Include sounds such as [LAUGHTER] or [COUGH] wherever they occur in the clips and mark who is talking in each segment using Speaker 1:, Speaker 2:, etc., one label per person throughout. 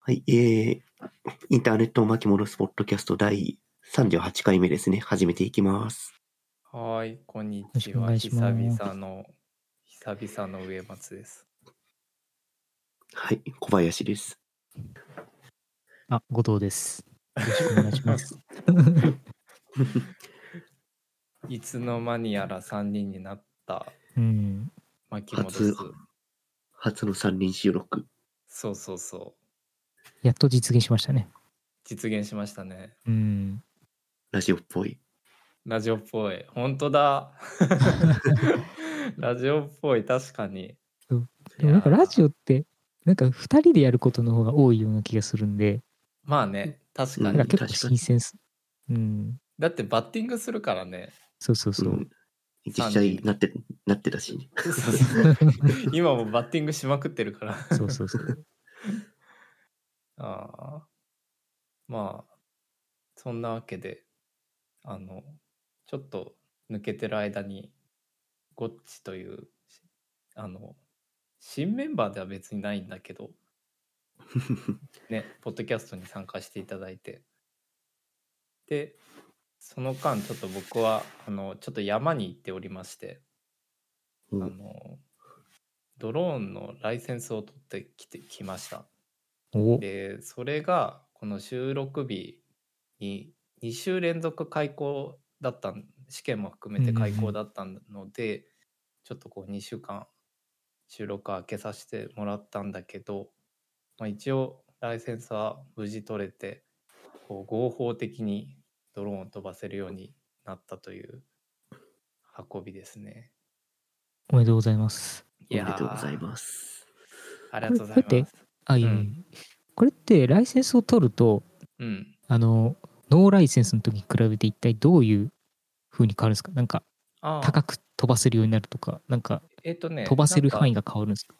Speaker 1: はい、えー、インターネットを巻き戻すポッドキャスト第38回目ですね。始めていきます。
Speaker 2: はーい、こんに
Speaker 3: ろし
Speaker 2: ち
Speaker 3: くお
Speaker 2: は。
Speaker 3: 願いし
Speaker 2: 久
Speaker 3: ます
Speaker 2: 々の、久々の植松です。
Speaker 1: はい、小林です。
Speaker 3: あ、後藤です。よろしくお願いします。
Speaker 2: いつの間にやら3人になった
Speaker 3: [LAUGHS] うん。
Speaker 2: 巻き戻
Speaker 1: 初。
Speaker 2: す
Speaker 1: 初の三人収録。
Speaker 2: そうそうそう。
Speaker 3: やっと実現しましたね。
Speaker 2: 実現しましたね。
Speaker 3: うん。
Speaker 1: ラジオっぽい。
Speaker 2: ラジオっぽい。本当
Speaker 3: [LAUGHS]
Speaker 2: だ。ラジオっぽい、確かに。
Speaker 3: そうでもなんか
Speaker 2: いやー
Speaker 3: ラジオって、なんか二人でやることの方が多いような気がするんで、
Speaker 2: まあね、確
Speaker 1: う
Speaker 2: か
Speaker 3: なんん
Speaker 2: に
Speaker 3: か。結構新鮮す。うん。
Speaker 2: だってバッティングするから
Speaker 3: [LAUGHS]
Speaker 2: ね。
Speaker 3: そうそうそうう。
Speaker 1: ん。実際なって、なってたし、ね、
Speaker 2: そうそう今もバッティングしまくってるから。
Speaker 3: そうそう [LAUGHS] そう。
Speaker 2: ああ。まあ、そんなわけで、あの、ちょっと抜けてる間に、ゴッチという、しあの、新メンバーでは別にないんだ
Speaker 1: [LAUGHS]
Speaker 2: けど、ね、ポッドキャストに参加していただいて。で、その間、ちょっと僕は、あの、ちょっと山に行っておりまして、
Speaker 1: う
Speaker 2: あ
Speaker 1: ん。
Speaker 2: の、ドローンのライセンスを取ってきてきました。
Speaker 3: お
Speaker 2: でそれがこの収録日に2週連続開講だったん試験も含めて開
Speaker 3: うんうんう
Speaker 2: 講
Speaker 3: ん
Speaker 2: だったので、ちょっとこう2週間収録開けさせてもらったんだけど、まあ、一応ライセンスは無事取れてこう合法的にドローンを飛ばせるようになったという運びですね。
Speaker 3: おめでとうございます。
Speaker 1: おめでとうござい
Speaker 2: す。
Speaker 1: ます。
Speaker 2: ありがとうござい
Speaker 3: これ
Speaker 2: ます。
Speaker 3: あ、いえい
Speaker 2: う
Speaker 3: え
Speaker 2: ん
Speaker 3: これってライセンスを取ると、
Speaker 2: うん、
Speaker 3: あの、ノーライセンスの時に比べて一体どういう風に変わるんですかなんか
Speaker 2: ああ
Speaker 3: 高く飛ばせるようになるとか、なんか
Speaker 2: えっとね
Speaker 3: 飛ばせる範囲
Speaker 2: が
Speaker 3: が変わるんですか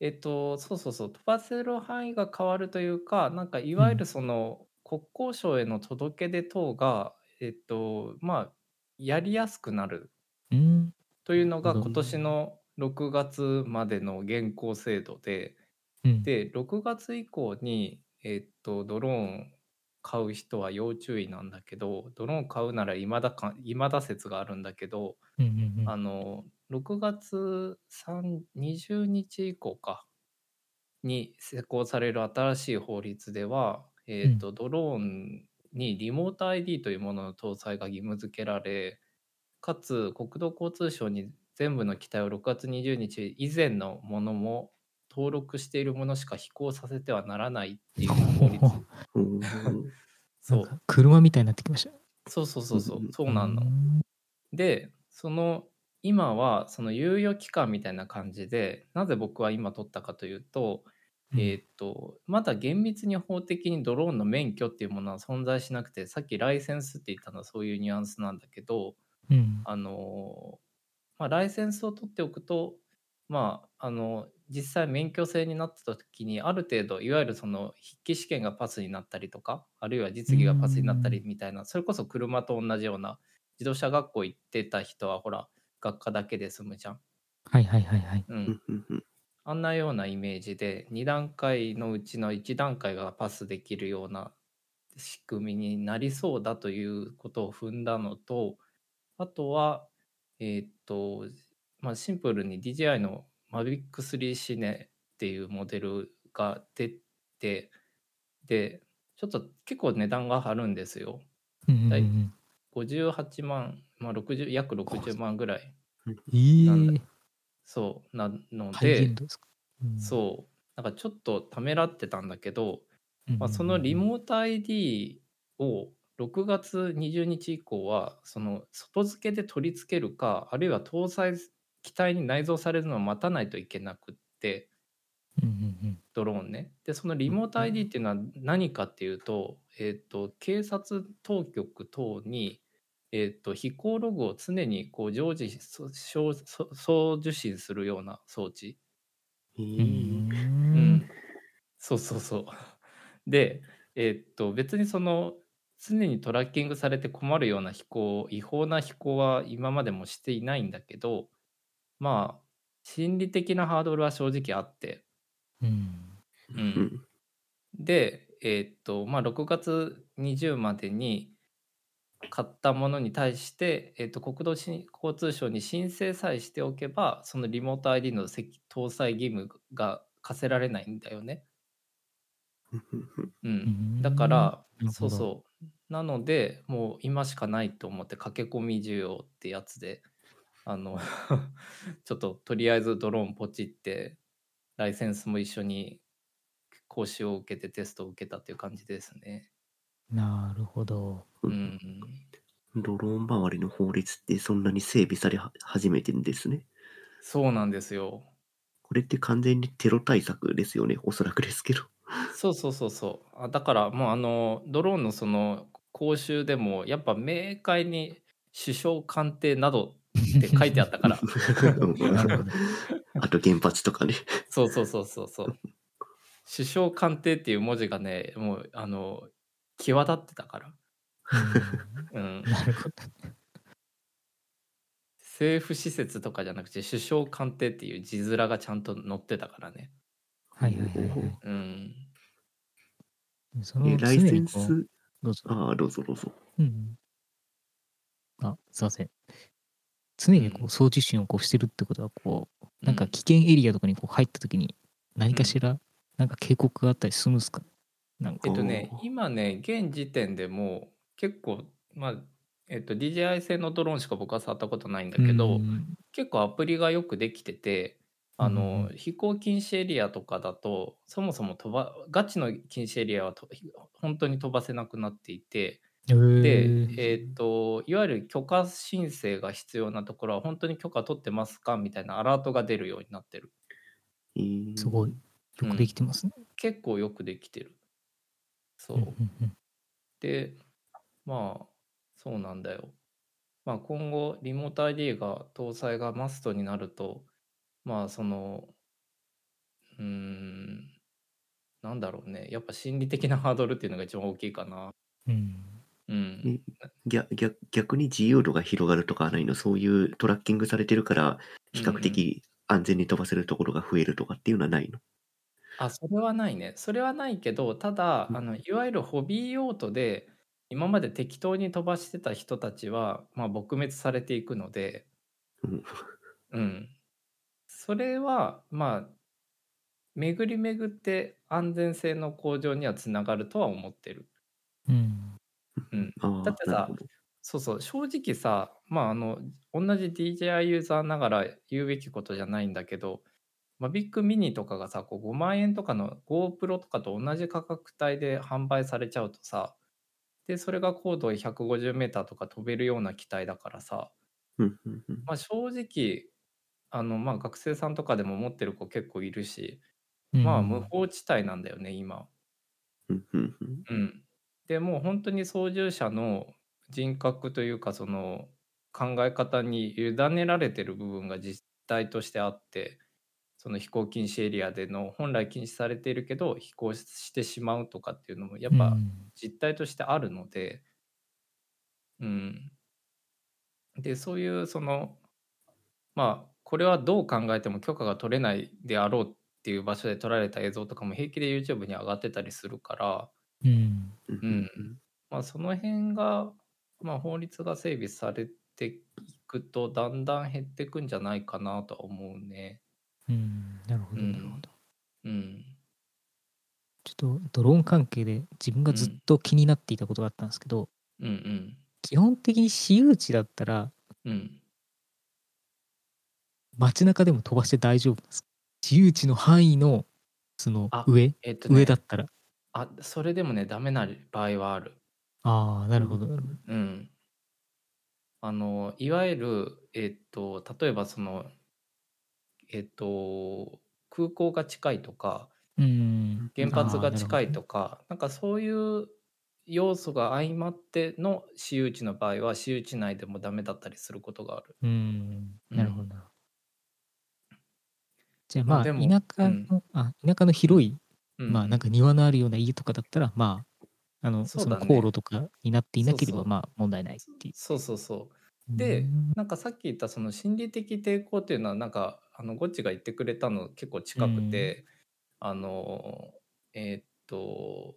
Speaker 2: えっと、そうそうそう、飛ばせる範囲が変わるというか、なんかいわゆ
Speaker 3: う
Speaker 2: るその、国交省への届け出等が、えっと、まあ、やりやすくなる
Speaker 3: うん。
Speaker 2: というのが、
Speaker 3: なるほ
Speaker 2: 今
Speaker 3: ど
Speaker 2: 年の6月までの現行制度で、
Speaker 3: うん、
Speaker 2: で、6月以降に、えっと、ドローン買う人は要注意なんだけど、ドローン買うなら今だか、今だ説があるんだけど、
Speaker 3: うんうんうん
Speaker 2: あの6月3 20日以降かに施行される新しい法律では、えーとドローンにリモート ID というものの搭載が義務付けられかつ国土交通省に全部の機体を6月20日以前のものも登録しているものしか飛行させてはならないっていう法律
Speaker 1: うん。
Speaker 2: そ
Speaker 3: なん
Speaker 2: う
Speaker 3: か車みたいになってきました。
Speaker 2: そうそうそうそう
Speaker 1: うんうん
Speaker 2: そうなの
Speaker 3: ん
Speaker 2: でその今はその猶予期間みたいな感じでなぜ僕は今取ったかというと,、えーっとまだ厳密に法的にドローンの免許っていうものは存在しなくてさっきライセンスって言ったのはそういうニュアンスなんだけど
Speaker 3: うん
Speaker 2: あの、まあ、ライセンスを取っておくとまああの実際免許制になった時にある程度いわゆるその筆記試験がパスになったりとかあるいは実技がパスになったりみたいなそれこそ車と同じような自動車学校行ってた人はほら学科だけで済むじゃん。
Speaker 3: はいはいはいはい。
Speaker 2: う
Speaker 1: うんん、うんうん
Speaker 2: あんなようなイメージで2段階のうちの1段階がパスできるような仕組みになりそうだということを踏んだのとあとはえーっと、まあ、シンプルに DJI の Mavic3 シネっていうモデルが出てでちょっと結構値段が張るんですよ
Speaker 3: うんうんう
Speaker 2: はい
Speaker 3: ん
Speaker 2: 58万、まあ、60約60万ぐらい
Speaker 3: え
Speaker 2: なん
Speaker 3: ー
Speaker 2: だ、そうなの
Speaker 3: ハイエ
Speaker 2: で
Speaker 3: ンドですか。うん
Speaker 2: そうなんかちょっとためらってたんだけど、
Speaker 3: うんうんうん
Speaker 2: まあ、そのリモート ID を6月20日以降はその外付けで取り付けるかあるいは搭載機体に内蔵されるのを待たないといけなくって
Speaker 3: うんうん
Speaker 2: ドローンねでそのリモート ID っていうのは何かっていうと,、えー、と警察当局等に、えー、と飛行ログを常にこう常時そ送送受信するような装置。
Speaker 1: え
Speaker 3: うんう
Speaker 1: ー
Speaker 2: うんん、そうそうそう。で、えーっと別にその常にトラッキングされて困るような飛行違法な飛行は今までもしていないんだけどまあ心理的なハードルは正直あって、
Speaker 3: うん
Speaker 2: う、
Speaker 1: うんん
Speaker 2: で、えーっとまあ、6月20までに買ったものに対して、えーっと国土し交通省に申請さえしておけばそのリモート ID の積搭載義務が課せられないんだよね。
Speaker 1: うんうんうん
Speaker 2: う、
Speaker 3: うんん
Speaker 2: だから、
Speaker 3: なる
Speaker 2: そ
Speaker 3: ほ
Speaker 2: う
Speaker 3: ど
Speaker 2: そう。なので、もう今しかないと思って、駆け込み需要ってやつで、あの、 [LAUGHS] ちょっととりあえずドローンポチって、ライセンスも一緒に講習を受けてテストを受けたっていう感じですね。
Speaker 3: なるほど。
Speaker 2: う
Speaker 1: うん
Speaker 2: ん。
Speaker 1: ドローン周りの法律ってそんなに整備されは始めてんですね。
Speaker 2: そうなんですよ。
Speaker 1: これって完全にテロ対策ですよね。おそらくですけど。
Speaker 2: そうそうそうそう。あだから、もうあの、ドローンのその講習でも、やっぱ明快に首相官邸などって書いてあったから。
Speaker 3: なるほど。
Speaker 1: あと原発とかね。
Speaker 2: そうそうそうそうそう。首相官邸っていう文字がね、もうあの際立ってたから。うん
Speaker 3: うん、なるほど。
Speaker 2: 政府施設とかじゃなくて首相官邸っていう字面がちゃんと載ってたからね。
Speaker 3: はいはいはいはい。
Speaker 2: うん。
Speaker 3: そ
Speaker 1: え
Speaker 3: の
Speaker 1: ライセン
Speaker 3: 常にこう
Speaker 1: ス、
Speaker 3: どうぞ。
Speaker 1: ああ、どうぞどうぞ。
Speaker 3: うんうん。あ、すいません。常にこ
Speaker 2: うん
Speaker 3: う、送受信をこうしてるってことは、こう、なん
Speaker 2: う
Speaker 3: か
Speaker 2: ん
Speaker 3: 危険エリアとかにこう入ったときに、何かしら、なんか警告があったりするんですかなんか
Speaker 2: え。っとね
Speaker 1: おー、
Speaker 2: 今ね、現時点でもう結構、まあ、えっと、DJI 製のドローンしか僕は触ったことないんだけど、
Speaker 3: うん
Speaker 2: 結構アプリがよくできててあの、飛行禁止エリアとかだとそもそも飛ばガチの禁止エリアはと本当に飛ばせなくなっていて
Speaker 3: へー
Speaker 2: で、えー、といわゆる許可申請が必要なところは本当に許可取ってますかみたいなアラートが出るようになってる
Speaker 1: えー
Speaker 3: すごい。よくできてますね。
Speaker 2: 結構よくできてるそう、
Speaker 3: うんうんうん
Speaker 2: でまあそうなんだよ、まあ、今後リモート ID が搭載がマストになるとまあそのうーんなんだろうねやっぱ心理的な [LAUGHS] ハードルっていうのが一番大きいかな
Speaker 3: うん。
Speaker 2: うん
Speaker 1: 逆逆逆に自由度が広がるとかはないのそういうトラッキングされてるから比較的安全に飛ばせるところが増えるとかっていうのはないの、
Speaker 2: あそれはないねそれはないけどただ
Speaker 1: うん
Speaker 2: あのいわゆるホビー用途で今まで適当に飛ばしてた人たちは、まあ、撲滅されていくので、
Speaker 1: うん
Speaker 2: うん。それは、まあ、巡り巡って安全性の向上にはつながるとは思ってる。
Speaker 3: うん。
Speaker 2: うん。
Speaker 1: ああ
Speaker 2: だってさ
Speaker 1: なるほど
Speaker 2: そうそう、正直さ、まあ、あの、同じ DJI ユーザーながら言うべきことじゃないんだけど、マビックミニとかがさ、こう5万円とかの GoPro とかと同じ価格帯で販売されちゃうとさ、で、それが高度150メーターとか飛べるような機体だからさ、
Speaker 1: うんうんうん
Speaker 2: まあ、正直あの、まあ、学生さんとかでも持ってる子結構いるし、
Speaker 3: うん
Speaker 2: まあ、無法地帯なんだよね今。
Speaker 1: うんうんうん
Speaker 2: うん、でもう本当に操縦者の人格というかその考え方に委ねられてる部分が実態としてあってその飛行禁止エリアでの本来禁止されているけど飛行してしまうとかっていうのもやっぱ、
Speaker 3: うん
Speaker 2: 実態としてあるので、うん。で、そういう、その、まあ、これはどう考えても許可が取れないであろうっていう場所で撮られた映像とかも平気で YouTube に上がってたりするから、
Speaker 3: うん。
Speaker 1: うんう
Speaker 2: う
Speaker 1: んん
Speaker 2: まあ、その辺が、まあ、法律が整備されていくと、だんだん減っていくんじゃないかなとは思うね。
Speaker 3: うんなるほど、
Speaker 2: うん
Speaker 3: なるほど。
Speaker 2: うん。
Speaker 3: ちょっとドローン関係で自分がずっと気になっていたことがあったんですけど、
Speaker 2: うん
Speaker 3: 基本的に私有地だったら
Speaker 2: うん。うん。
Speaker 3: 街中でも飛ばして大丈夫なんですか私有地の範囲のその
Speaker 2: あ
Speaker 3: 上、
Speaker 2: えっ、と、ね、
Speaker 3: 上だったら。
Speaker 2: あ、それでもね、ダメな場合はある。
Speaker 3: ああ、なるほど、なるほど。
Speaker 2: うん。あの、いわゆる、えっと、例えばその、えっと、空港が近いとか、
Speaker 3: うん。
Speaker 2: 原発が近い
Speaker 3: か。
Speaker 2: とか、なんかそういう要素が相まっての私有地の場合は、私有地内でもダメだったりすることがある。
Speaker 3: うん。なるほどなるほど。じゃあ
Speaker 2: まあ
Speaker 3: まあ、
Speaker 2: で
Speaker 3: 田
Speaker 2: も
Speaker 3: 舎の、あ、田舎の広い、
Speaker 2: うん、
Speaker 3: まあなんか庭のあるような家とかだったら、まあ、あの、
Speaker 2: そう
Speaker 3: そ
Speaker 2: だ
Speaker 3: の
Speaker 2: ね
Speaker 3: 航路とかになっていなけれ
Speaker 2: そう
Speaker 3: ば、
Speaker 2: そう
Speaker 3: まあ問題ないっていう。
Speaker 2: そうそうそう。で
Speaker 3: うん
Speaker 2: なんかさっき言ったその心理的抵抗っていうのはなんかあのゴッチが言ってくれたの結構近くて、あのえーっと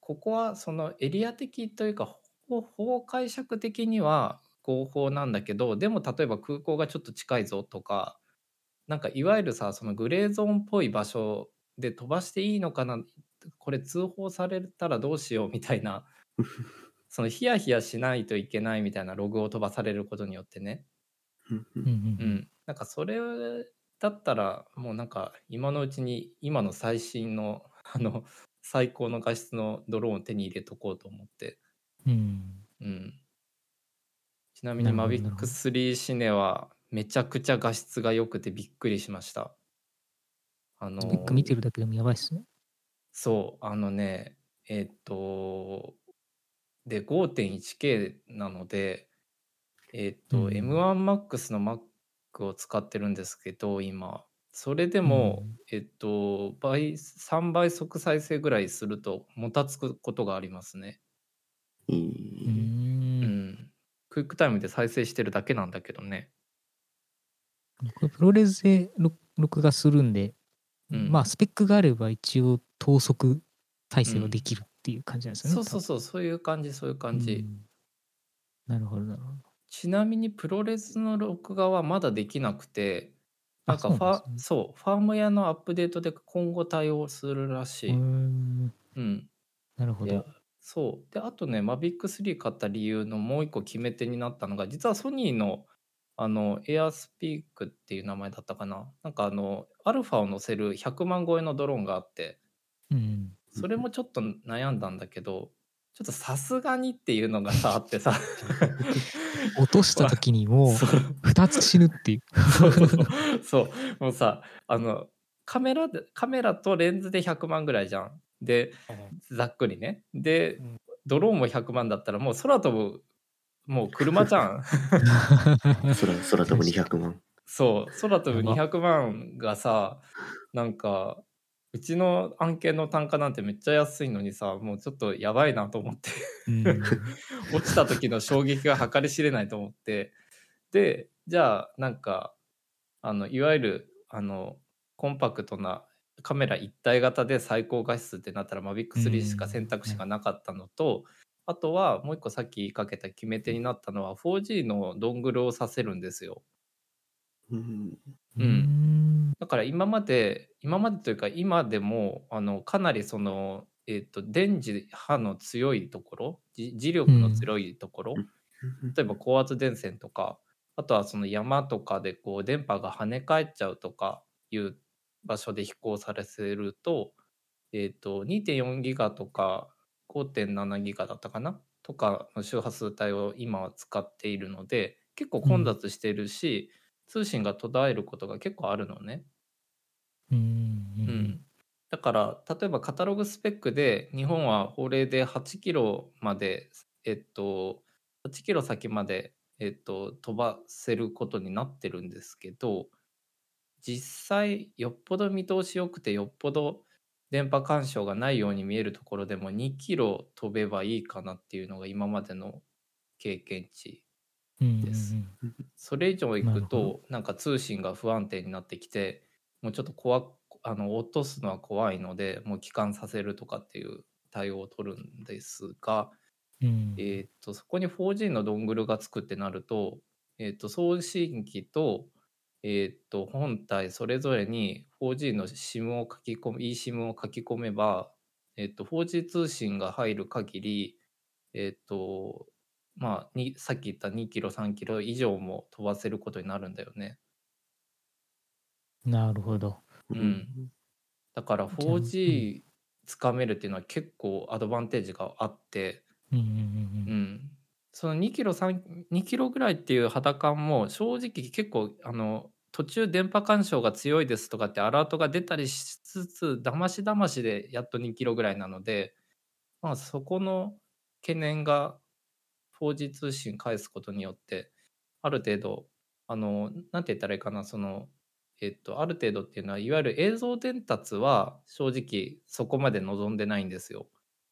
Speaker 2: ここはそのエリア的というか法法解釈的には合法なんだけどでも例えば空港がちょっと近いぞとかなんかいわゆるさそのグレーゾーンっぽい場所で飛ばしていいのかなこれ通報されたらどうしようみたいなそのヒヤヒヤしないといけないみたいなログを飛ばされることによってね
Speaker 1: うんう
Speaker 3: うんん
Speaker 2: う。ん、なんかそれだったらもうなんか今のうちに今の最新のあの [LAUGHS] 最高の画質のドローンを手に入れとこうと思って、
Speaker 3: うん。
Speaker 2: うん、ちなみに
Speaker 3: なるほど
Speaker 2: Mavic3 シネはめちゃくちゃ画質が良くてびっくりしましたあの
Speaker 3: なんか見てるだけでもやばいっすね。
Speaker 2: そうあのねえーっとで 5.1K なのでえーっと、
Speaker 3: うん
Speaker 2: M1MAX の Mac を使ってるんですけど今それでも、
Speaker 3: うん
Speaker 2: えーっと倍3倍速再生ぐらいするともたつくことがありますね、
Speaker 1: いう
Speaker 3: ー
Speaker 1: い
Speaker 2: うん
Speaker 3: ん。
Speaker 2: クイックタイムで再生してるだけなんだけどね、
Speaker 3: これプロレスで録録画するんで、
Speaker 2: うん
Speaker 3: まあスペックがあれば一応等速体制はできるっていう感じなんですよね。
Speaker 2: そうそうそうそういう感じそういう感じ、
Speaker 3: うんなるほどなるほど。
Speaker 2: ちなみにプロレスの録画はまだできなくて、
Speaker 3: あ
Speaker 2: なんかファ
Speaker 3: そうなんですね
Speaker 2: そう,、ファームウェアのアップデートで今後対応するらし
Speaker 3: う
Speaker 2: い。
Speaker 3: ーん
Speaker 2: うん。
Speaker 3: なるほ
Speaker 2: で
Speaker 3: ど。
Speaker 2: そう。で、あとね、Mavic3 買った理由のもう一個決め手になったのが、実はソニーのあの AirSpeak っていう名前だったかな。なんかあの、アルファを乗せる100万超えのドローンがあって、
Speaker 3: うん。
Speaker 2: それもちょっと悩んだんだけど、ちょっとさすがにっていうのがさ、あって
Speaker 3: [LAUGHS]
Speaker 2: さ。
Speaker 3: 落とした時にも
Speaker 2: [LAUGHS]
Speaker 3: う
Speaker 2: そう
Speaker 3: 2つ死ぬっていう。
Speaker 2: そうそうそうそうもうさあのカメラでカメラとレンズで100万ぐらいじゃんでざっくりねで、
Speaker 3: うん
Speaker 2: ドローンも100万だったらもう空飛ぶもう車じゃ
Speaker 3: [LAUGHS]
Speaker 2: ん
Speaker 1: 空空飛ぶ200万。
Speaker 2: そう空飛ぶ
Speaker 3: や
Speaker 2: 200万がさなんかうちの案件の単価なんてめっちゃ安いのにさもうちょっとやばいなと思って
Speaker 3: うん
Speaker 2: 落ちた時の衝撃が計り知れないと思ってでじゃあなんかあのいわゆるあのコンパクトなカメラ一体型で最高画質ってなったら Mavic3 しか選択肢がなかったのと、あとはもう一個さっき言いかけた決め手になったのは 4G のドングルをさせるんですよ。
Speaker 1: うん
Speaker 3: うん
Speaker 2: だから今まで今までというか今でもあのかなりその、えっと電磁波の強いところじ磁力の強いところ、例えば高圧電線とかあとはその山とかでこう電波が跳ね返っちゃうとかいう場所で飛行されせると,、えー、と2.4ギガとか5.7ギガだったかなとかの周波数帯を今は使っているので結構混雑しているし、通信が途絶えることが結構あるのね。
Speaker 3: うんう
Speaker 2: うんん、だから例えばカタログスペックで日本は法令で8キロまで、えっと、8キロ先まで、えっと、飛ばせることになってるんですけど実際よっぽど見通しよくてよっぽど電波干渉がないように見えるところでも2キロ飛べばいいかなっていうのが今までの経験値
Speaker 3: うん
Speaker 2: ですそれ以上行
Speaker 3: なる
Speaker 2: く
Speaker 3: ほ
Speaker 2: となんか通信が不安定になってきてもうちょっと怖っあの落とすのは怖いのでもう帰還させるとかっていう対応を取るんですが、
Speaker 3: うん
Speaker 2: えーっとそこに 4G のドングルがつくってなると,、えーっと送信機と,、えーっと本体それぞれに 4G の SIM を書き込む eSIM を書き込めば、えーっと 4G 通信が入る限り、えーっとまあ、にさっき言った2キロ3キロ以上も飛ばせることになるんだよね。
Speaker 3: なるほど。
Speaker 1: うん
Speaker 2: うんだから
Speaker 3: じゃあうん
Speaker 2: 4G つかめるっていうのは結構アドバンテージがあって、
Speaker 3: うんうんう
Speaker 2: うんん、その2キロ3 2キロぐらいっていう肌感も正直結構あの途中電波干渉が強いですとかってアラートが出たりしつつだましだましでやっと2キロぐらいなので、まあ、そこの懸念が 4G 通信返すことによってある程度あのなんて言ったらいいかなそのえっとある程度っていうのはいわゆる映像伝達は正直そこまで望んでないんですよ。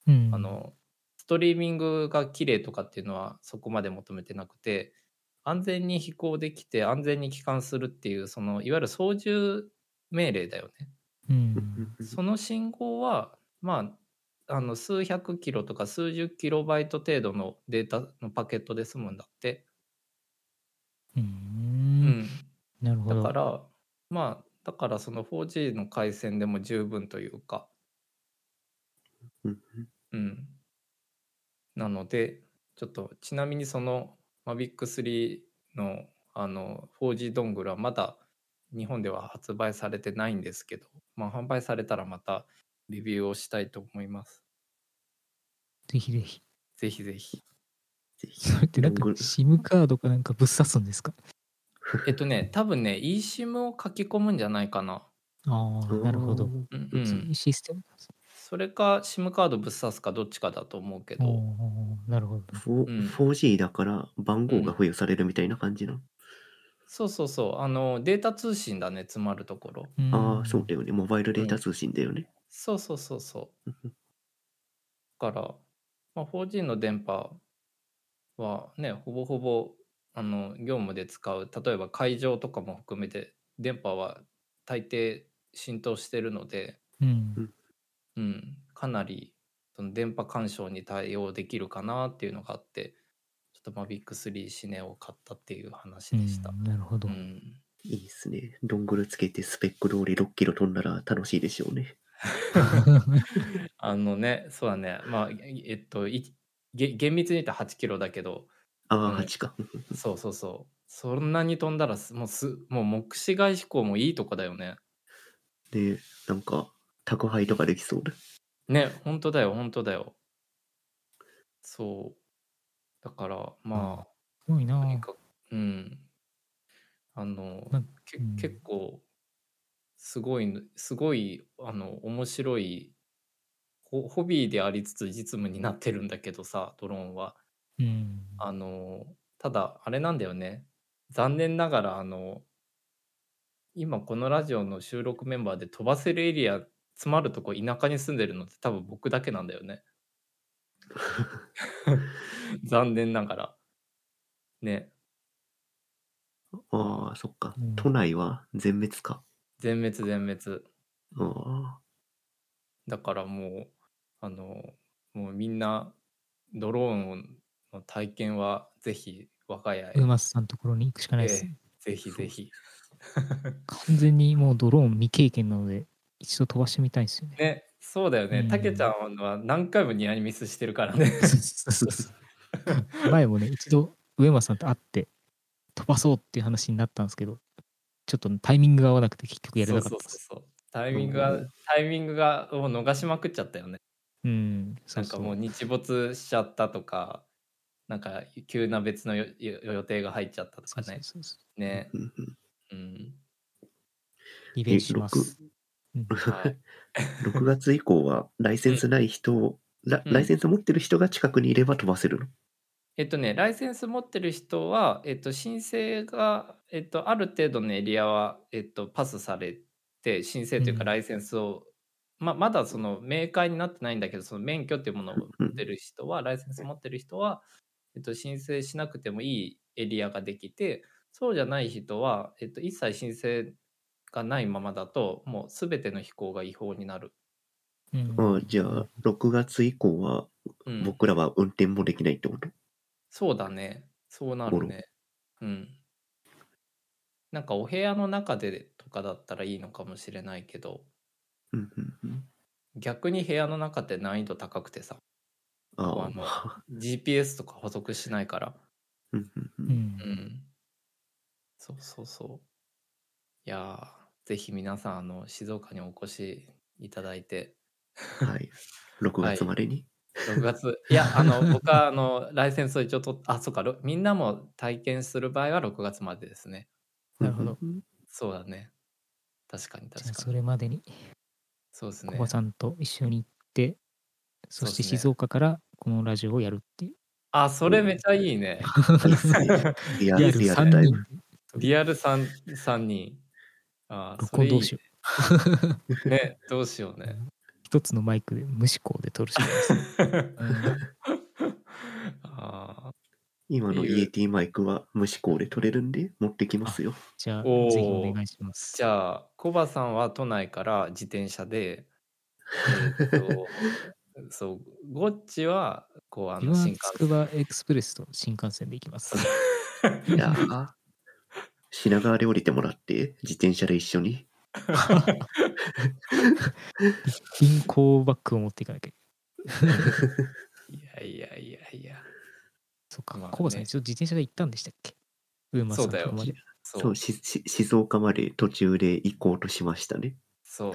Speaker 3: うん。
Speaker 2: あのストリーミングが綺麗とかっていうのはそこまで求めてなくて安全に飛行できて安全に帰還するっていうそのいわゆる操縦命令だよね
Speaker 3: うん。
Speaker 2: その信号はまあ、あの数百キロとか数十キロバイト程度のデータのパケットで済むんだって。
Speaker 3: うー。
Speaker 2: うんん、
Speaker 3: なるほ
Speaker 2: だ
Speaker 3: ど。
Speaker 2: から、まあ、だからその 4G の回線でも十分というか、
Speaker 1: うん
Speaker 2: うん。なので、ちょっとちなみにその Mavic3 のあの 4G ドングルはまだ日本では発売されてないんですけど、まあ、販売されたらまたレビューをしたいと思います。
Speaker 3: ぜひぜひ。
Speaker 2: ぜひぜひ。
Speaker 1: ぜひ
Speaker 3: それってなんか
Speaker 1: ロング
Speaker 3: SIM カードかなんかぶっ刺すんですか
Speaker 2: えっとね、多分ね、eSIM を書き込むんじゃないかな。
Speaker 3: ああ、なるほど。。
Speaker 2: うん、う
Speaker 3: 普通
Speaker 2: ん
Speaker 3: に。システムなんですね
Speaker 2: それか SIM カードぶっ刺すかどっちかだと思うけど、
Speaker 3: おーなるほど。
Speaker 1: フォ
Speaker 2: うん
Speaker 1: 4G だから番号が付与されるみたいな感じの。
Speaker 2: そうそうそう、あのデータ通信だね、詰まるところ。
Speaker 3: うん
Speaker 1: ああ、そうだよね。モバイルデータ通信だよね。
Speaker 2: そうそうそうそう。
Speaker 1: うん
Speaker 2: だから、まあ、4G の電波はねほぼほぼあの業務で使う例えば会場とかも含めて電波は大抵浸透してるので、
Speaker 3: うん。
Speaker 2: うん、かなりその電波干渉に対応できるかなっていうのがあってちょっとマビック3シネを買ったっていう話でした。
Speaker 3: うんなるほど
Speaker 2: う。ん
Speaker 1: いいっすね。ドングルつけてスペック通り6キロ飛んだら楽しいでしょうね。
Speaker 2: あのねそうだねまあえっといげ厳密に言ったら8キロだけど
Speaker 1: あ
Speaker 2: うん
Speaker 1: あ、8か。
Speaker 2: そうそうそう。そんなに飛んだらす、もうす、もう目視外飛行もいいとこだよね。
Speaker 1: で、なんか宅配とかできそうだ。
Speaker 2: ね、本当だよ、本当だよ。そう。だから、ま
Speaker 3: すごい
Speaker 2: あ、と
Speaker 3: な
Speaker 2: にかく、うん。あの、
Speaker 3: なん
Speaker 2: け
Speaker 3: うん
Speaker 2: 結構、すごいの、すごい、あの、面白い、ホホビーでありつつ実務になってるんだけどさ、ドローンは。
Speaker 3: うん。
Speaker 2: あのただあれなんだよね残念ながらあの今このラジオの収録メンバーで飛ばせるエリア詰まるとこ田舎に住んでるのって多分僕だけなんだよ
Speaker 3: [LAUGHS]
Speaker 2: ね残念ながらね
Speaker 1: ああ、そっか
Speaker 3: うん。
Speaker 1: 都内は全滅か。
Speaker 2: 全滅全滅
Speaker 1: ああ、
Speaker 2: だからもうあのもうみんなドローンの体験はぜひ我が家へ、
Speaker 3: うまさんのところに行くしかないですね。
Speaker 2: ぜひぜひ
Speaker 3: 完全にもうドローン未経験なので、一度飛ばしてみたいですよね。
Speaker 2: ね、そうだよ
Speaker 3: う
Speaker 2: ね。
Speaker 3: ん
Speaker 2: たけちゃんは何回もニアミスしてるからね。
Speaker 3: 前もね、一度上間さんと会って、飛ばそうっていう話になったんですけど、ちょっとタイミングが合わなくて結局やれ
Speaker 2: そう
Speaker 3: なか
Speaker 2: そ
Speaker 3: った
Speaker 2: う
Speaker 3: です。
Speaker 2: そうそう。タイミング
Speaker 1: う
Speaker 2: が
Speaker 1: ん、
Speaker 2: タイミングがを逃しまくっちゃったよね。
Speaker 3: うん。そ
Speaker 2: なん
Speaker 3: そ
Speaker 2: かもう日没しちゃったとか、なんか急な別のよよ予定が入っちゃったと
Speaker 3: そ
Speaker 2: か
Speaker 3: うそう
Speaker 2: ね。
Speaker 3: そうそ
Speaker 2: ね。
Speaker 1: うんうん
Speaker 2: うん。
Speaker 3: うリベンジします。
Speaker 2: はい。 [LAUGHS]
Speaker 1: 6月以降はライセンスない人を、ラ
Speaker 2: うん
Speaker 1: ライセンス持ってる人が近くにいれば飛ばせるの。
Speaker 2: えっとね、ライセンス持ってる人は、えっと、申請が、えっと、ある程度のエリアは、えっと、パスされて、申請という
Speaker 3: う
Speaker 2: か、
Speaker 3: ん
Speaker 2: ライセンスを、ままだその明快になってないんだけど、その免許っていうものを
Speaker 1: う
Speaker 2: 持っ
Speaker 1: ん
Speaker 2: てる人は、ライセンス持ってる人は、えっと、申請しなくてもいいエリアができて、そうじゃない人は、えっと、一切申請がないままだと、もうすべての飛行が違法になる。
Speaker 3: うん
Speaker 1: ああ、じゃあ、6月以降は
Speaker 2: うん
Speaker 1: 僕らは運転もできないってこと、
Speaker 2: そうだね。そうな
Speaker 1: ゴロ
Speaker 2: るね。うん。なんかお部屋の中でとかだったらいいのかもしれないけど、
Speaker 1: うんうんうん、
Speaker 2: 逆に部屋の中って難易度高くてさ、
Speaker 1: あ
Speaker 2: こ
Speaker 1: あ、
Speaker 2: う
Speaker 1: まあ。
Speaker 2: GPS とか補足しないから。
Speaker 1: うんうんう
Speaker 3: うんん
Speaker 2: う。ん。そうそうそう。いやー、ぜひ皆さん、あの、静岡にお越しいただい
Speaker 3: [LAUGHS]
Speaker 2: て、
Speaker 1: はい。6月までに。
Speaker 2: 6月、いや、あの、僕は、あの、ライセンスを一応取っあ、そうか、ろみんなも体験する場合は6月までですね。
Speaker 3: なるほど
Speaker 1: うんうんうん。
Speaker 2: そうだね。確かに
Speaker 3: じゃあ
Speaker 2: 確か
Speaker 3: そ
Speaker 2: に。
Speaker 3: れまでに、
Speaker 2: そうです
Speaker 3: コ
Speaker 2: ね
Speaker 3: バ。さんと一緒に行って、そし
Speaker 2: そうで
Speaker 3: て
Speaker 2: すね
Speaker 3: 静岡からこのラジオをやるっていう。
Speaker 2: あ、それめちゃいいね。
Speaker 1: リア
Speaker 3: リア
Speaker 1: ル
Speaker 3: ル
Speaker 1: リア
Speaker 3: 3
Speaker 1: ルタイ
Speaker 3: 人
Speaker 1: ム。
Speaker 2: リアル 3, 三人。あー
Speaker 3: 録音どうしよ
Speaker 2: それいいね。どうしようね。
Speaker 3: う。一つのマイクで無思考で撮るしかな
Speaker 2: [LAUGHS]
Speaker 3: いです。うん
Speaker 2: あ
Speaker 1: 今のイエティマイクは無指向で取れるんで持ってきますよ。
Speaker 3: じゃあ、
Speaker 2: おー
Speaker 3: ぜひお願いしま
Speaker 2: ー
Speaker 3: す。
Speaker 2: じゃあ、コバさんは都内から自転車で、え
Speaker 1: [LAUGHS]
Speaker 2: ーとそう、ゴッチは、こう、あ
Speaker 3: 自
Speaker 2: の、
Speaker 3: 分
Speaker 2: 新
Speaker 3: はつ
Speaker 2: 幹
Speaker 3: く
Speaker 2: 線。
Speaker 3: ばエクスプレスと新幹線で行きます。
Speaker 1: いやー品川で降りてもらって、自転車で一緒に。
Speaker 3: 銀行バッグを持っていかなきゃ。
Speaker 2: いやいやいやいや。
Speaker 3: そっか
Speaker 2: まあ、ね
Speaker 3: コバさん一応自転車で行ったんでしたっけ上松さんのとこまで。
Speaker 2: そ
Speaker 1: そうう、、しし静岡まで途中で行こうとしましたね。
Speaker 2: そう。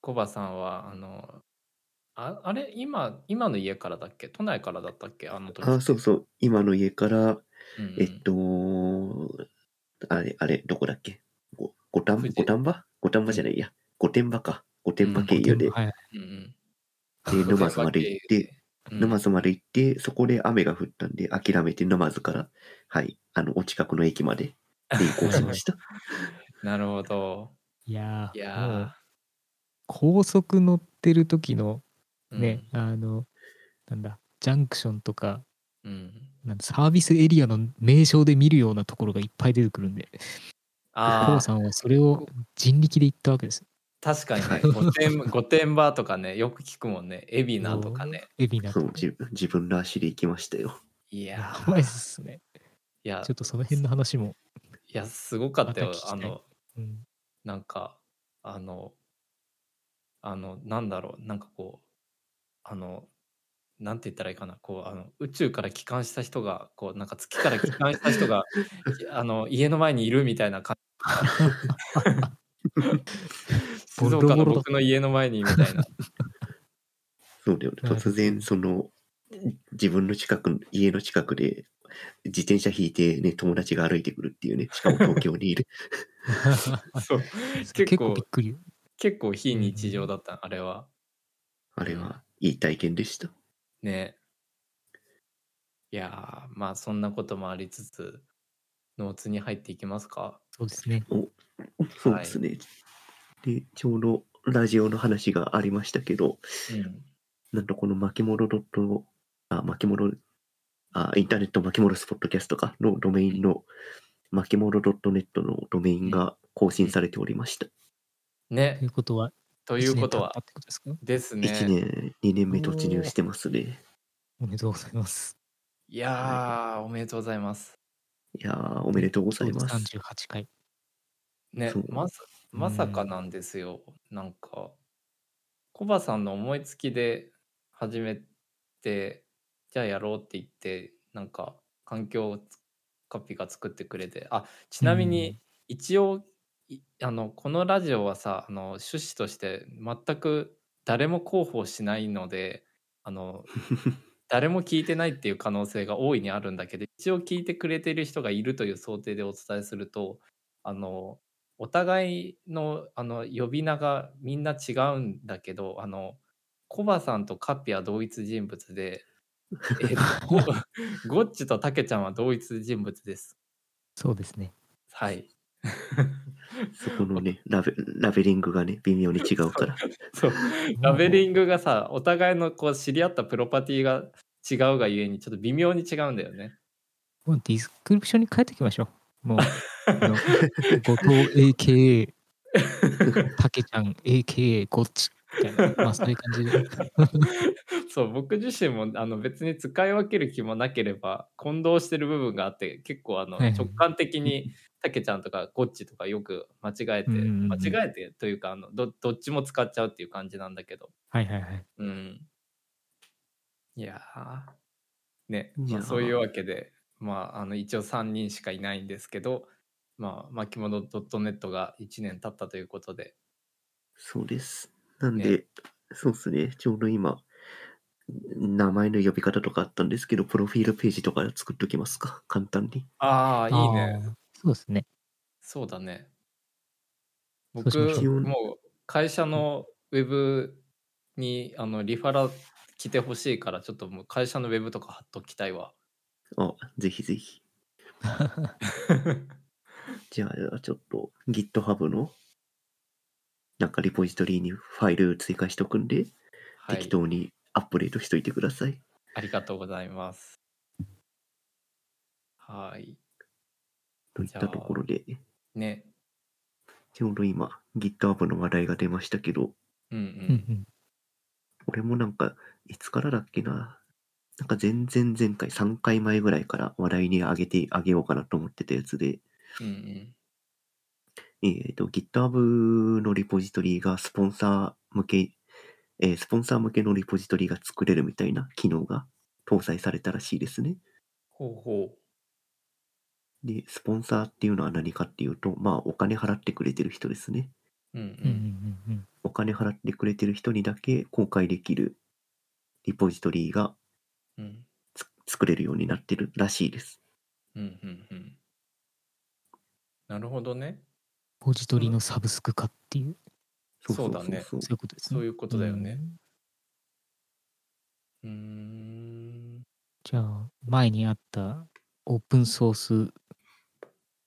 Speaker 2: コバさんは、あの、ああれ今、今の家からだっけ都内からだったっけあの時。
Speaker 1: あ、そうそう。今の家から、
Speaker 2: うんうん
Speaker 1: えっと、あれ、あれ、どこだっけご五反
Speaker 2: 富士
Speaker 1: 五反場五反場じゃないや。御殿場か。御殿場経由で。
Speaker 3: はい。
Speaker 2: うんうん [LAUGHS]
Speaker 1: で、沼津まで行って、、
Speaker 2: うん
Speaker 1: 沼津まで行って、そこで雨が降ったんで、諦めて沼津から、はい、あの、お近くの駅まで、で行こうしました。
Speaker 2: なるほど。
Speaker 3: いや
Speaker 2: い
Speaker 3: ー、もう
Speaker 2: や
Speaker 3: 高速乗ってる時の
Speaker 2: ー
Speaker 3: ね、、あの、なんだ、ジャンクションとか、
Speaker 2: うんうん
Speaker 3: なんだサービスエリアの名称で見るようなところがいっぱい出てくるんで、
Speaker 2: あ
Speaker 3: コ
Speaker 2: あ
Speaker 3: ウ、さんはそれを人力で行ったわけです。
Speaker 2: 確かにね、御殿御殿場とかね、よく聞くもんね、海老名とかね。
Speaker 3: エビナ
Speaker 1: そ
Speaker 3: と
Speaker 1: う
Speaker 3: か。
Speaker 1: 自分自分の足で行きましたよ。
Speaker 2: い
Speaker 3: や
Speaker 2: や
Speaker 3: [LAUGHS] ばいっ
Speaker 2: ー、
Speaker 3: すね。
Speaker 2: いや
Speaker 3: ちょ、っとその辺の話も。
Speaker 2: いや、すごかったよ
Speaker 3: また聞き。たい
Speaker 2: あの、
Speaker 3: うん、
Speaker 2: なんか、あの、あの、なんだろう、なんかこう、あの、なんて言ったらいいかな、こう、あの、宇宙から帰還した人が、こう、なんか月から帰還した人
Speaker 3: [LAUGHS]
Speaker 2: が、あの、家の前にいるみたいな感じ。静
Speaker 3: ボロボロだ
Speaker 2: 岡の僕の家の前にみたいな。
Speaker 1: そうだよね。
Speaker 3: なるほど
Speaker 1: 突然、その、自分の近く、家の近くで、自転車引いて、ね、友達が歩いてくるっていうね、しかも東京にいる。
Speaker 3: [LAUGHS]
Speaker 2: そう [LAUGHS]
Speaker 3: 結構びっくり。
Speaker 2: 結構非日常だった、あれは。
Speaker 1: あれは、いい体験でした。
Speaker 2: ね。いやー、まあそんなこともありつつ、ノーツに入っていきますか。
Speaker 3: そうですね。
Speaker 1: そうですね。で、ちょうどラジオの話がありましたけど、
Speaker 2: うん。
Speaker 1: なんとこの巻物ドット、あ、巻物、あ、インターネット巻物スポットキャストかのドメインの、巻物 .net のドメインが更新されておりました。
Speaker 2: ね
Speaker 3: とい。うことは、
Speaker 2: と
Speaker 3: と
Speaker 2: いうことは
Speaker 3: ってことですか
Speaker 2: ですね。
Speaker 1: 1年、2年目突入してますね。
Speaker 3: おめでとうございます。
Speaker 2: いやー、おめでとうございます。
Speaker 1: いやー、おめでとうございます。
Speaker 3: 38回。
Speaker 2: ね
Speaker 1: そう、
Speaker 2: まさまさかなんですよ。なんか、コバさんの思いつきで始めて、じゃあやろうって言って、なんか、環境をつカピが作ってくれて、あ、ちなみに、
Speaker 3: うん
Speaker 2: 一応いあのこのラジオはさあの趣旨として全く誰も広報しないのであ [LAUGHS] の誰も聞いてないっていう可能性が大いにあるんだけど一応聞いてくれてる人がいるという想定でお伝えするとあのお互いのあの呼び名がみんな違うんだけどあのコバさんとカッピは同一人物で、えっ [LAUGHS] とゴッチとタケちゃんは同一人物です。
Speaker 3: そうですね。
Speaker 2: はい。
Speaker 1: そこのね、ラベラベリングがね、微妙に違うから。
Speaker 2: そうラベリングがさお互いのこう知り合ったプロパティが違うがゆえにちょっと微妙に違うんだよね。
Speaker 3: もうディスクリプションに書いておきましょう。もう、
Speaker 2: [LAUGHS]
Speaker 3: あの後藤 AKA、たけちゃん AKA ゴッチみたいな、まあそういう感じで。
Speaker 2: そう僕自身もあの別に使い分ける気もなければ混同してる部分があって結構あの
Speaker 3: はいはい
Speaker 2: 直感的にたけちゃんとかゴッチとかよく間違えて
Speaker 3: うんうんうん
Speaker 2: 間違えてというかあのどどっちも使っちゃうっていう感じなんだけど
Speaker 3: はいはいはい。
Speaker 2: うんいやーね、
Speaker 1: い
Speaker 2: ま
Speaker 1: や
Speaker 2: あ、
Speaker 1: ー
Speaker 2: そういうわけで、まあ、あの一応3人しかいないんですけど、まあ、巻物 .net が1年経ったということで、
Speaker 1: [LAUGHS] そうです。なん
Speaker 2: ね
Speaker 1: で、そうですね、ちょうど今、名前の呼び方とかあったんですけど、プロフィールページとか作っときますか、簡単に。
Speaker 2: ああ、いいね。
Speaker 3: あー。そうですね。そう
Speaker 2: そうだね。
Speaker 3: そうし
Speaker 2: 僕
Speaker 3: ましょう、
Speaker 2: もう会社のウェブにあのリファラ来てほしいから、ちょっともう会社のウェブとか貼っときたいわ。 [LAUGHS]
Speaker 1: あ、ぜひぜひ。じゃあ、ちょっと GitHub の、なんかリポジトリにファイル追加しとくんで、
Speaker 2: はい
Speaker 1: 適、当にアップデートしといてください。
Speaker 2: ありがとうございます。はい。
Speaker 1: といっ
Speaker 2: じゃ
Speaker 1: た
Speaker 2: あ
Speaker 1: ところで、
Speaker 2: ね、
Speaker 1: ちょうど今、GitHub の話題が出ましたけど、
Speaker 2: うんう
Speaker 3: うん
Speaker 2: ん。
Speaker 3: うん。
Speaker 1: 俺もなんか、いつからだっけな。なんか全然前回、3回前ぐらいから話題に上げてあげようかなと思ってたやつで、
Speaker 2: うんうん。
Speaker 1: えっと、GitHub のリポジトリがスポンサー向け、えースポンサー向けのリポジトリが作れるみたいな機能が搭載されたらしいですね。
Speaker 2: ほうほ
Speaker 1: で、スポンサーっていうのは何かっていうと、まあ、お金払ってくれてる人ですね。
Speaker 2: う。うん
Speaker 3: う
Speaker 2: うん。
Speaker 3: うんんうん
Speaker 1: お金払ってくれてる人にだけ公開できるリポジトリが
Speaker 2: うん
Speaker 1: つ作れるようになってるらしいです。
Speaker 2: うんうんうん。なるほどね。
Speaker 3: ポジトリのサブスク化っていう、
Speaker 2: そうだね
Speaker 1: そう
Speaker 3: そういうことですね。
Speaker 2: そういうことだよね
Speaker 3: うん。
Speaker 2: うーん。
Speaker 3: じゃあ、前にあったオープンソース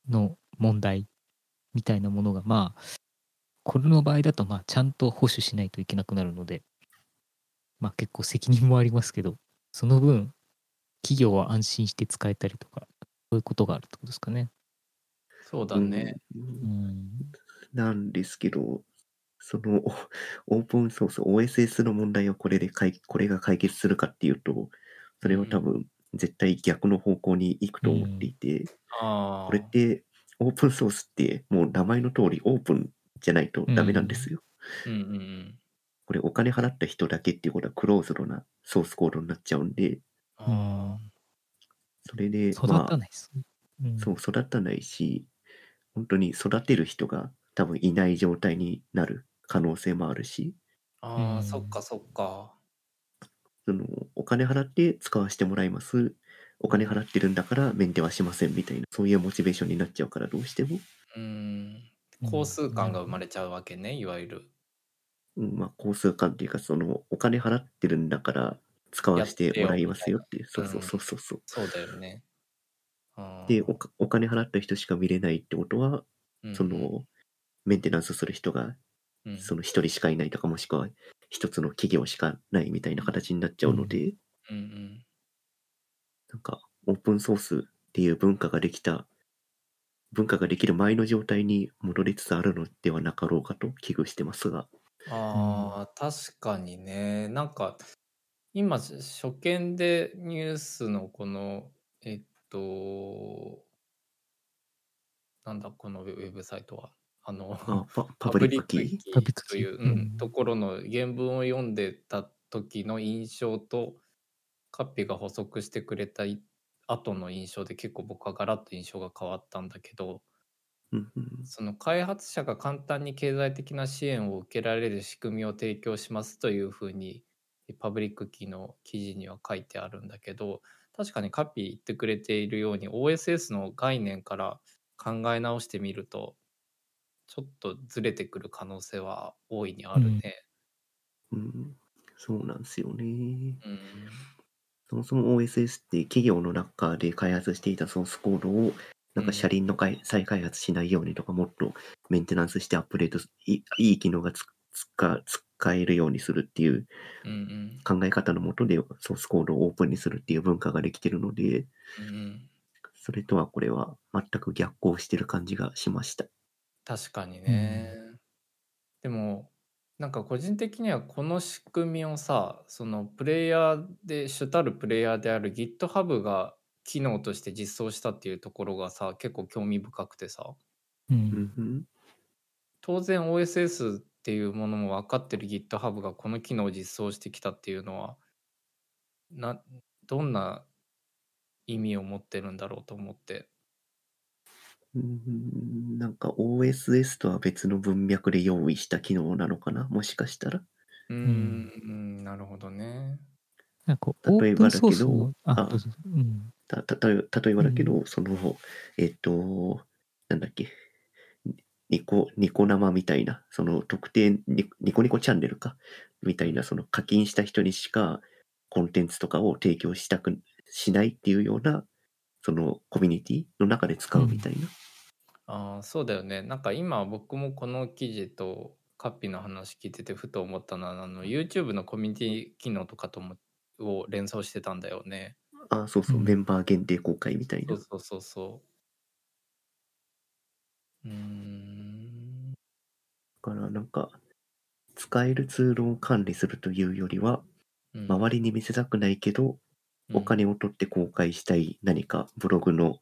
Speaker 3: の問題みたいなものが、まあ、これの場合だと、まあ、ちゃんと保守しないといけなくなるので、まあ、結構責任もありますけど、その分、企業は安心して使えたりとか、そういうことがあるってことですかね。
Speaker 2: そうだね。
Speaker 1: うん
Speaker 3: うん。
Speaker 1: なんですけど、その [LAUGHS] おオープンソース OSS の問題をこれで解これが解決するかっていうと、それは多分絶対逆の方向に行くと思っていて、
Speaker 2: ああ。
Speaker 1: これってオープンソースってもう名前の通りオープンじゃないとダメなんですよ。
Speaker 2: うんうんうん。
Speaker 1: これお金払った人だけっていうことはクローズドなソースコードになっちゃうんで、
Speaker 2: あ
Speaker 1: それで、
Speaker 3: 育
Speaker 1: まあ
Speaker 3: たないですね。うん
Speaker 1: そう、育たないし、本当に育てる人が多分いない状態になる可能性もあるし、
Speaker 2: あ。あ
Speaker 3: う
Speaker 2: あ、
Speaker 3: ん
Speaker 2: そっかそっか。
Speaker 1: そのお金払って使わせてもらいます。お金払ってるんだからメンテはしませんみたいな、そういうモチベーションになっちゃうからどうしても、
Speaker 2: うーん。工数感が生まれちゃうわけね、いわゆる。
Speaker 1: うん、まあ、高数感というか、そのお金払ってるんだから使わせてもらいますよっていう、そ
Speaker 2: や
Speaker 1: う
Speaker 2: っ
Speaker 1: そ
Speaker 2: てよ
Speaker 1: うそうそうそう。
Speaker 2: そうだよね。あー
Speaker 1: でおか、お金払った人しか見れないってことは、そ、の、メンテナンスする人が
Speaker 2: うんうん
Speaker 1: その一人しかいないとかもしくは一つの企業しかないみたいな形になっちゃうので、
Speaker 2: うんうん
Speaker 1: なんかオープンソースっていう文化ができた文化ができる前の状態に戻りつつあるのではなかろうかと危惧してますが、
Speaker 2: ああ、確かにね。なんか、今、し初見でニュースのこの、えっと、なんだ、このウェウェブサイトは。あの、
Speaker 1: あ
Speaker 2: [LAUGHS]
Speaker 1: パパブリックキー
Speaker 3: パブリックキー
Speaker 2: という、う
Speaker 3: うん
Speaker 2: ん、ところの原文を読んでた時の印象と、カッピが補足してくれたい後の印象で結構僕はガラッと印象が変わったんだけど、
Speaker 1: うんうん
Speaker 2: その開発者が簡単に経済的な支援を受けられる仕組みを提供しますというふうにパブリックキーの記事には書いてあるんだけど確かにカピー言ってくれているように OSS の概念から考え直してみるとちょっとずれてくる可能性は大いにあるね。
Speaker 1: うん、そうなんですよね
Speaker 2: うん
Speaker 1: そもそも OSS って企業の中で開発していたソースコードをなんか車輪のかい再開発しないようにとかもっとメンテナンスしてアップデートすいいい機能がつつか使えるようにするっていう
Speaker 2: うんうん
Speaker 1: 考え方のもとでソースコードをオープンにするっていう文化ができてるので、
Speaker 2: うんうん
Speaker 1: それとはこれは全く逆行してる感じがしました。
Speaker 2: 確かにね、でもなんか個人的にはこの仕組みをさそのプレイヤーで主たるプレイヤーである GitHub が機能として実装したっていうところがさ結構興味深くてさ
Speaker 3: う。
Speaker 1: うんんうん、
Speaker 2: 当然 OSS っていうものも分かってる GitHub がこの機能を実装してきたっていうのはなどんな意味を持ってるんだろうと思って
Speaker 1: うんなんか OSS とは別の文脈で用意した機能なのかなもしかしたら。
Speaker 2: うーんんなるほどね
Speaker 3: なんか、オ
Speaker 1: 例え
Speaker 3: ー
Speaker 1: ば
Speaker 3: プ
Speaker 1: だけど
Speaker 3: ンソースの、
Speaker 1: あ
Speaker 3: あ、どうぞ。うん。
Speaker 1: たたとえ例えばだけど、その、えっ、と、なんだっけ、ニコ、ニコ生みたいな、その特定ニ、ニコニコチャンネルか、みたいな、その課金した人にしかコンテンツとかを提供したく、しないっていうような、そのコミュニティの中で使うみたいな。
Speaker 2: ああそうだよねなんか今僕もこの記事とカッピの話聞いててふと思ったのはあの YouTube のコミュニティ機能とかともを連想してたんだよね。
Speaker 1: あ、そうそう、
Speaker 3: うん
Speaker 1: メンバー限定公開みたい
Speaker 2: そ
Speaker 1: な
Speaker 2: う。そうそうそう。うーん
Speaker 1: だからなんか使えるツールを管理するというよりは、
Speaker 2: うん
Speaker 1: 周りに見せたくないけど、お金を取って公開したい何かブログの、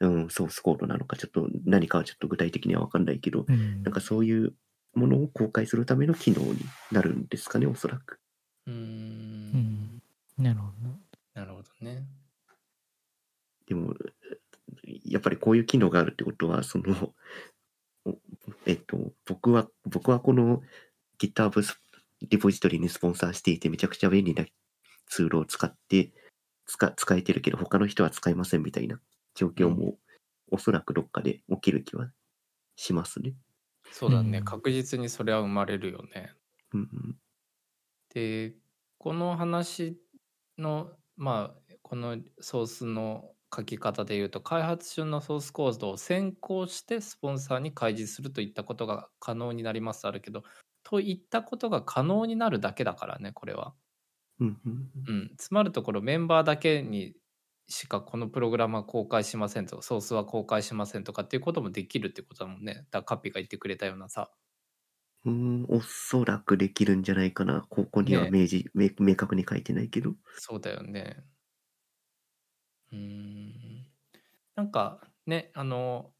Speaker 1: うん、ソースコードなのか、ちょっと何かはちょっと具体的には分かんないけど、
Speaker 3: うん
Speaker 1: なんかそういうものを公開するための機能になるんですかね、おそらく。
Speaker 2: うんう
Speaker 3: うんん、なるほどな。
Speaker 2: なるほどね
Speaker 1: でも、やっぱりこういう機能があるってことは、その、 [LAUGHS] おえっと、僕は、僕はこの GitHub スリポジトリにスポンサーしていて、めちゃくちゃ便利なツールを使って、使使えてるけど、他の人は使いませんみたいな状況も、おそらくどっかで起きる気はしますね。
Speaker 2: そうだね、
Speaker 3: うん
Speaker 2: 確実にそれは生まれるよね
Speaker 1: うんうん、
Speaker 2: でこの話のまあこのソースの書き方でいうと開発中のソースコードを先行してスポンサーに開示するといったことが可能になりますあるけどといったことが可能になるだけだからねこれは。
Speaker 1: うんうん
Speaker 2: うん、つまるところメンバーだけにしかこのプログラムは公開しませんとかソースは公開しませんとかっていうこともできるってことだもんね。だからカピが言ってくれたようなさ。
Speaker 1: うん、おそらくできるんじゃないかな。ここには明示、明明確に書いてないけど。
Speaker 2: そうだよね。うーん。なんかね、あの、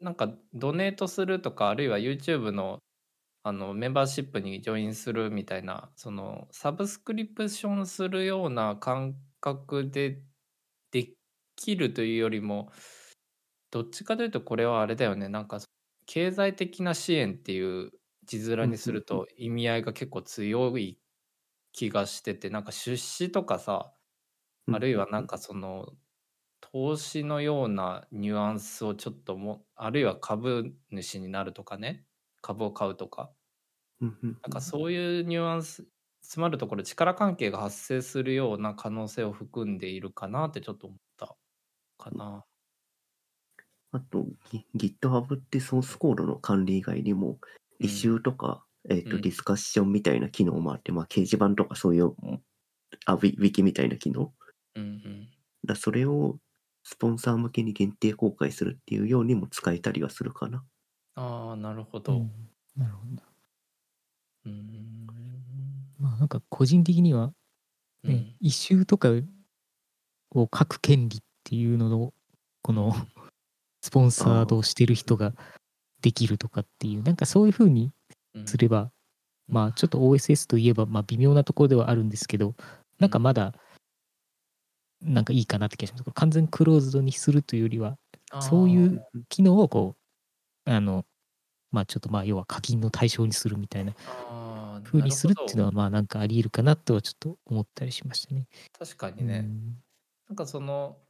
Speaker 2: なんかドネートするとか、あるいは YouTube のあのメンバーシップにジョインするみたいな、そのサブスクリプションするような感覚でできるというよりも、どっちかというとこれはあれだよね、なんか経済的な支援っていう字面にする
Speaker 1: うん
Speaker 2: と意味合いが結構強い気がしててなんか出資とかさ
Speaker 1: うん
Speaker 2: あるいはなんかその投資のようなニュアンスをちょっともあるいは株主になるとかね株を買うとか
Speaker 1: うんうん
Speaker 2: なんかそういうニュアンスつまるところ力関係が発生するような可能性を含んでいるかなってちょっと思ったかな。
Speaker 1: あと、ギ GitHub ってソースコードの管理以外にも、
Speaker 2: うん
Speaker 1: イシューとか、えっ、
Speaker 2: う
Speaker 1: と、
Speaker 2: ん
Speaker 1: ディスカッションみたいな機能もあって、まあ、掲示板とかそういう、あ、ウィウィキみたいな機能。
Speaker 2: うんうん
Speaker 1: だそれをスポンサー向けに限定公開するっていうようにも使えたりはするかな。。
Speaker 2: ああなるほ
Speaker 3: う
Speaker 2: ど。
Speaker 3: ん、なるほどな。
Speaker 2: うーん
Speaker 3: まあなんか個人的には、
Speaker 2: う
Speaker 3: ね
Speaker 2: ん
Speaker 3: 一周とかを書く権利っていうのを、
Speaker 2: [LAUGHS]
Speaker 3: この、スポンサードをしてる人ができるとかっていう、なんかそういうふうに
Speaker 2: うん
Speaker 3: すれば、まあちょっと OSS といえば、まあ微妙なところではあるんですけど、なんかまだ、なんかいいかなって気がします。これ完全クローズドにするというよりは、
Speaker 2: あー
Speaker 3: そういう機能をこう、あの、まあちょっとまあ要は課金の対象にするみたいな
Speaker 2: あー
Speaker 3: 風にするっていう
Speaker 2: な
Speaker 3: のは
Speaker 2: ほ
Speaker 3: まあなんかあり得るかなとはちょっと思ったりしましたね。
Speaker 2: ど確かにね、なんかその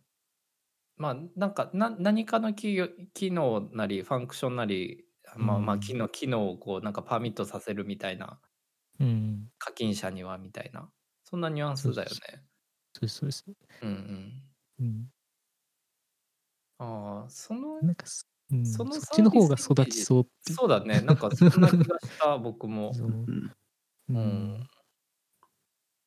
Speaker 2: まあなんかな何かの機能機能なりファンクションなりまあ
Speaker 3: うん
Speaker 2: まあ機能機能をこうなんかパーミットさせるみたいな
Speaker 3: うん。うん。
Speaker 2: 課金者にはみたいなそんなニュアンスだよね。
Speaker 3: そうです、そうです。
Speaker 2: うんうん。
Speaker 3: うん。
Speaker 2: ああその
Speaker 3: なんかす、うん、
Speaker 2: そ
Speaker 3: そ
Speaker 2: の
Speaker 3: っちの方が
Speaker 2: サー
Speaker 3: 育
Speaker 2: ビスイメージ
Speaker 3: ちそうってい
Speaker 2: そうだねなんかそんな気がした僕も
Speaker 3: [LAUGHS] う。そううんう。
Speaker 2: うんん。
Speaker 1: だ